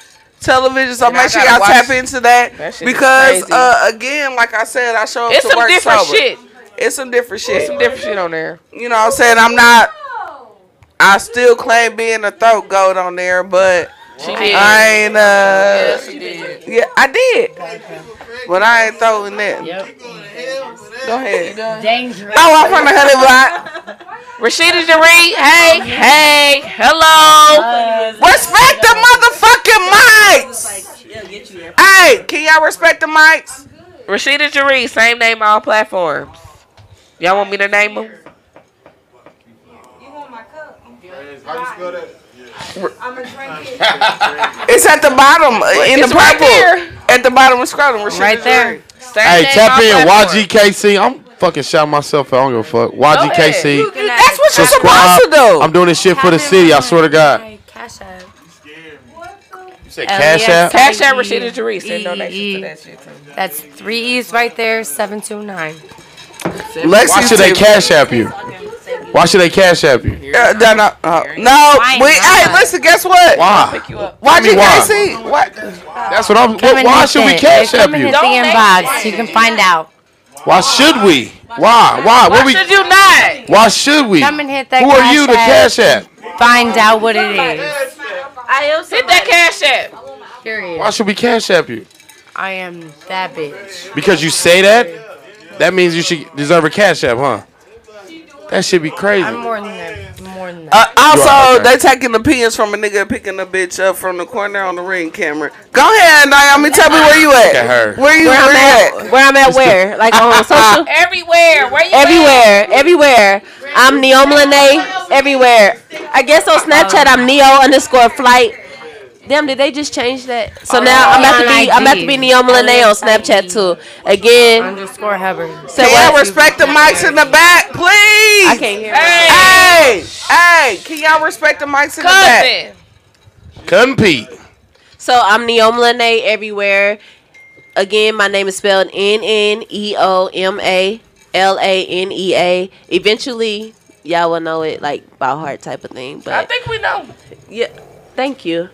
S1: television, so
S2: I
S1: make sure
S2: gotta
S1: y'all
S2: watch-
S1: tap into that,
S2: That shit is
S1: because
S2: crazy.
S1: uh, again, like I said, I show up
S2: It's
S1: to
S2: some
S1: work
S2: different
S1: sober.
S2: shit.
S1: It's some different shit.
S2: Some different shit on there.
S1: You know what I'm saying? I'm not. I still claim being a throat goat on there, but
S2: She did.
S1: I ain't. Uh,
S2: Yes, she did.
S1: yeah, I did, but I ain't throwing that. Go ahead.
S6: Dangerous.
S1: Oh, I'm from the honey block.
S2: Rashida Jaree, hey, hey, hello.
S1: Respect the motherfucking mics. Hey, can y'all respect the mics?
S2: Rashida Jaree, same name on all platforms. Y'all want me to name them?
S9: How you spell that?
S1: It's at the bottom uh, in
S2: It's
S1: the
S2: right
S1: purple.
S2: there.
S1: At the bottom of scrotum. Rashida
S6: Right there.
S1: Jarrett.
S2: Same
S5: Hey,
S2: name
S5: tap
S2: on
S5: in
S2: platform.
S5: YGKC. I'm fucking shouting myself out. I don't give a fuck. YGKC.
S1: That's what you're
S5: Subscribe.
S1: supposed to do.
S5: I'm doing this shit for the city. I swear to God.
S6: Cash app.
S5: You said Cash App.
S2: Cash out Rashida Jaree. Send donations to that shit. too.
S6: That's three E's right there, 729.
S5: Why should they Cash App you? Why should they Cash App you?
S1: Uh, no, no, uh, no. We, hey, listen. Guess what?
S5: Why?
S2: Pick you up.
S1: Why did
S5: Why?
S1: Casey? What?
S5: That's what I'm.
S6: Come and
S5: why
S6: hit
S5: should we
S6: it.
S5: Cash
S6: Come
S5: App
S6: and
S5: you?
S6: hit the
S2: Don't make
S6: inbox. You can find out.
S5: Why should we? Why? Why? What
S2: Why
S5: we?
S2: should you not?
S5: Why should we?
S6: Come and hit that
S5: Who are you to
S6: Cash
S5: Cash App?
S6: Find out what it is.
S7: I am
S2: Hit that cash app.
S5: Why
S6: Period.
S5: should we Cash App you?
S6: I am that bitch.
S5: Because you say that, that means you should deserve a Cash App, huh? That should be crazy.
S6: I'm more than that. More than that.
S1: Uh, also,
S5: are- okay.
S1: they taking the pins from a nigga and picking the bitch up from the corner on the ring camera. Go ahead, Naomi. Tell me where you at.
S5: at her.
S1: Where you
S7: Where I'm
S1: where you
S7: at?
S1: at?
S7: Where I'm at? Where? Like on social?
S2: Everywhere. Where you at?
S7: Everywhere, everywhere. I'm Neomalane. Everywhere. I guess on Snapchat I'm Neo underscore flight. Damn, did they just change that?
S2: Oh,
S7: So now I'm about to be I'm about to be Neomalane on Snapchat too. Again.
S6: Underscore Hubbard.
S7: So
S1: Yeah,
S7: what?
S1: respect the mics in the back, please.
S7: I can't hear.
S1: Hey,
S2: Hey,
S1: hey, can y'all respect the mics in the back?
S2: cousin.
S5: Compete.
S7: So I'm Neomalane everywhere. Again, my name is spelled N N E O M A L A N E A. Eventually, y'all will know it like by heart type of thing.
S2: I
S7: But
S2: think we know.
S7: yeah, Thank you.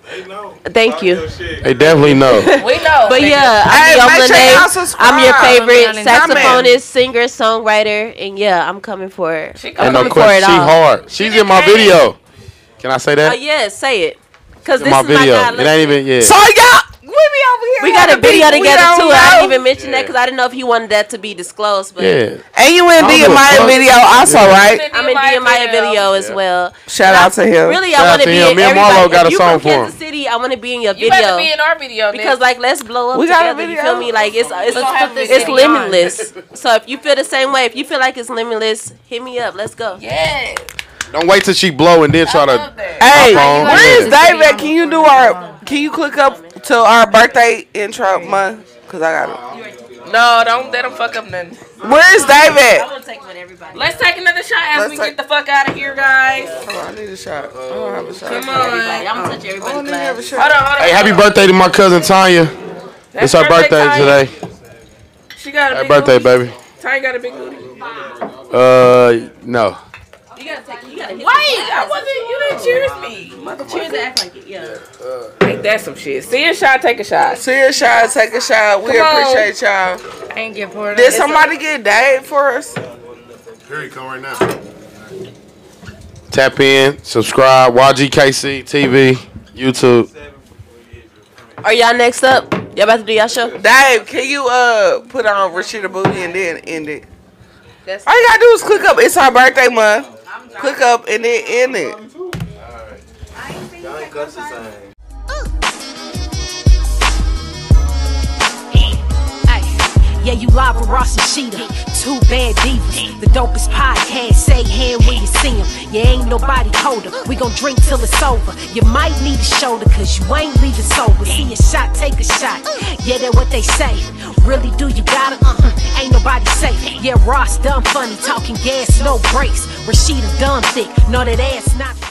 S7: Thank you.
S5: They definitely know.
S2: We know.
S7: But yeah, I'm
S1: Hey,
S7: Neil
S1: make sure
S7: Monet.
S1: y'all subscribe.
S7: I'm your
S6: Follow
S7: favorite
S6: me on Instagram.
S7: saxophonist, singer, songwriter, and yeah, I'm coming for it.
S2: She
S5: and
S2: coming
S5: no
S2: for it
S5: question, she
S2: all.
S5: hard. She's in my video. Can I say
S7: Oh
S5: that?
S7: yeah, say it. Cause
S5: In
S7: this
S5: my
S7: is my
S5: video.
S7: guy.
S5: It ain't even yeah.
S1: So y'all, we be over here.
S7: we got a
S1: having
S7: video
S1: people we
S7: together
S1: don't
S7: too. I
S1: know.
S7: didn't even mention that because I didn't know if you wanted that to be disclosed. But
S5: yeah.
S1: And you in
S5: don't
S1: the
S5: give a
S1: Maya
S5: fuck.
S1: video also, right?
S7: I'm in
S2: my
S7: DMI video as well.
S1: Shout out to him.
S7: Really,
S5: Shout
S7: I
S5: out
S7: want to
S5: to
S7: be
S5: him.
S7: in
S5: Me and Marlo
S7: everybody.
S5: got a
S7: if you
S5: song
S7: from
S5: for him.
S7: Kansas City, I want to be in your
S2: You better be
S7: video
S2: in our video
S7: because,
S2: Nick.
S7: like, let's blow up
S1: We got a
S7: together. You
S1: video.
S7: feel me? Like, it's it's
S2: gonna have this
S7: it's
S2: video.
S7: limitless. so if you feel the same way, if you feel like it's limitless, hit me up. Let's go.
S2: yeah,
S5: Don't wait till she blow and then try to.
S1: Hey,
S5: My phone
S1: where is
S5: is
S1: David? Can you do our? Can you click up to our birthday intro month? Cause I got it.
S2: no, don't let them fuck up nothing.
S1: Where is David?
S7: gonna take with everybody.
S2: Let's take another shot as
S1: Let's
S2: we
S1: take-
S2: get the fuck out of here, guys.
S1: Hold on, I need a shot. I don't have a shot.
S2: Come on.
S7: I'm gonna touch everybody.
S1: I need to have a shot.
S2: Hold on, hold on.
S5: Hey, happy birthday to my cousin Tanya.
S2: Happy
S5: it's her birthday
S2: Tanya.
S5: today.
S2: She got a
S5: Happy
S2: big
S5: birthday,
S2: booty.
S5: baby.
S2: Tiny got a big booty. Wait,
S5: Uh, no.
S2: I wasn't. You didn't cheers me.
S7: Cheers and act like it. Yeah.
S2: Ain't that some shit? See a shot, take a shot.
S1: See a shot, take a shot. We
S2: Come on.
S1: appreciate y'all.
S6: I ain't get poured
S1: Did somebody get Dave for us?
S11: Here he come right now.
S5: Tap in, subscribe, YGKC TV, YouTube.
S7: Are y'all next up? Y'all about to do y'all show?
S1: Dave, can you uh put on Rashida Booty and then end it? All you gotta do is click up. It's our birthday month. Click up and then end it.
S3: Ayy, Yeah, you live with Ross and Sheeta, two bad divas. The dopest podcast, say hand when you see him. You ain't nobody colder. We gon' drink till it's over. You might need a shoulder, cause you ain't leaving sober. See a shot, take a shot. Yeah, that what they say. Really, do you gotta? Uh-uh. Ain't nobody safe. Yeah, Ross done funny, talking gas, no brakes. Rashida done thick, no that ass not.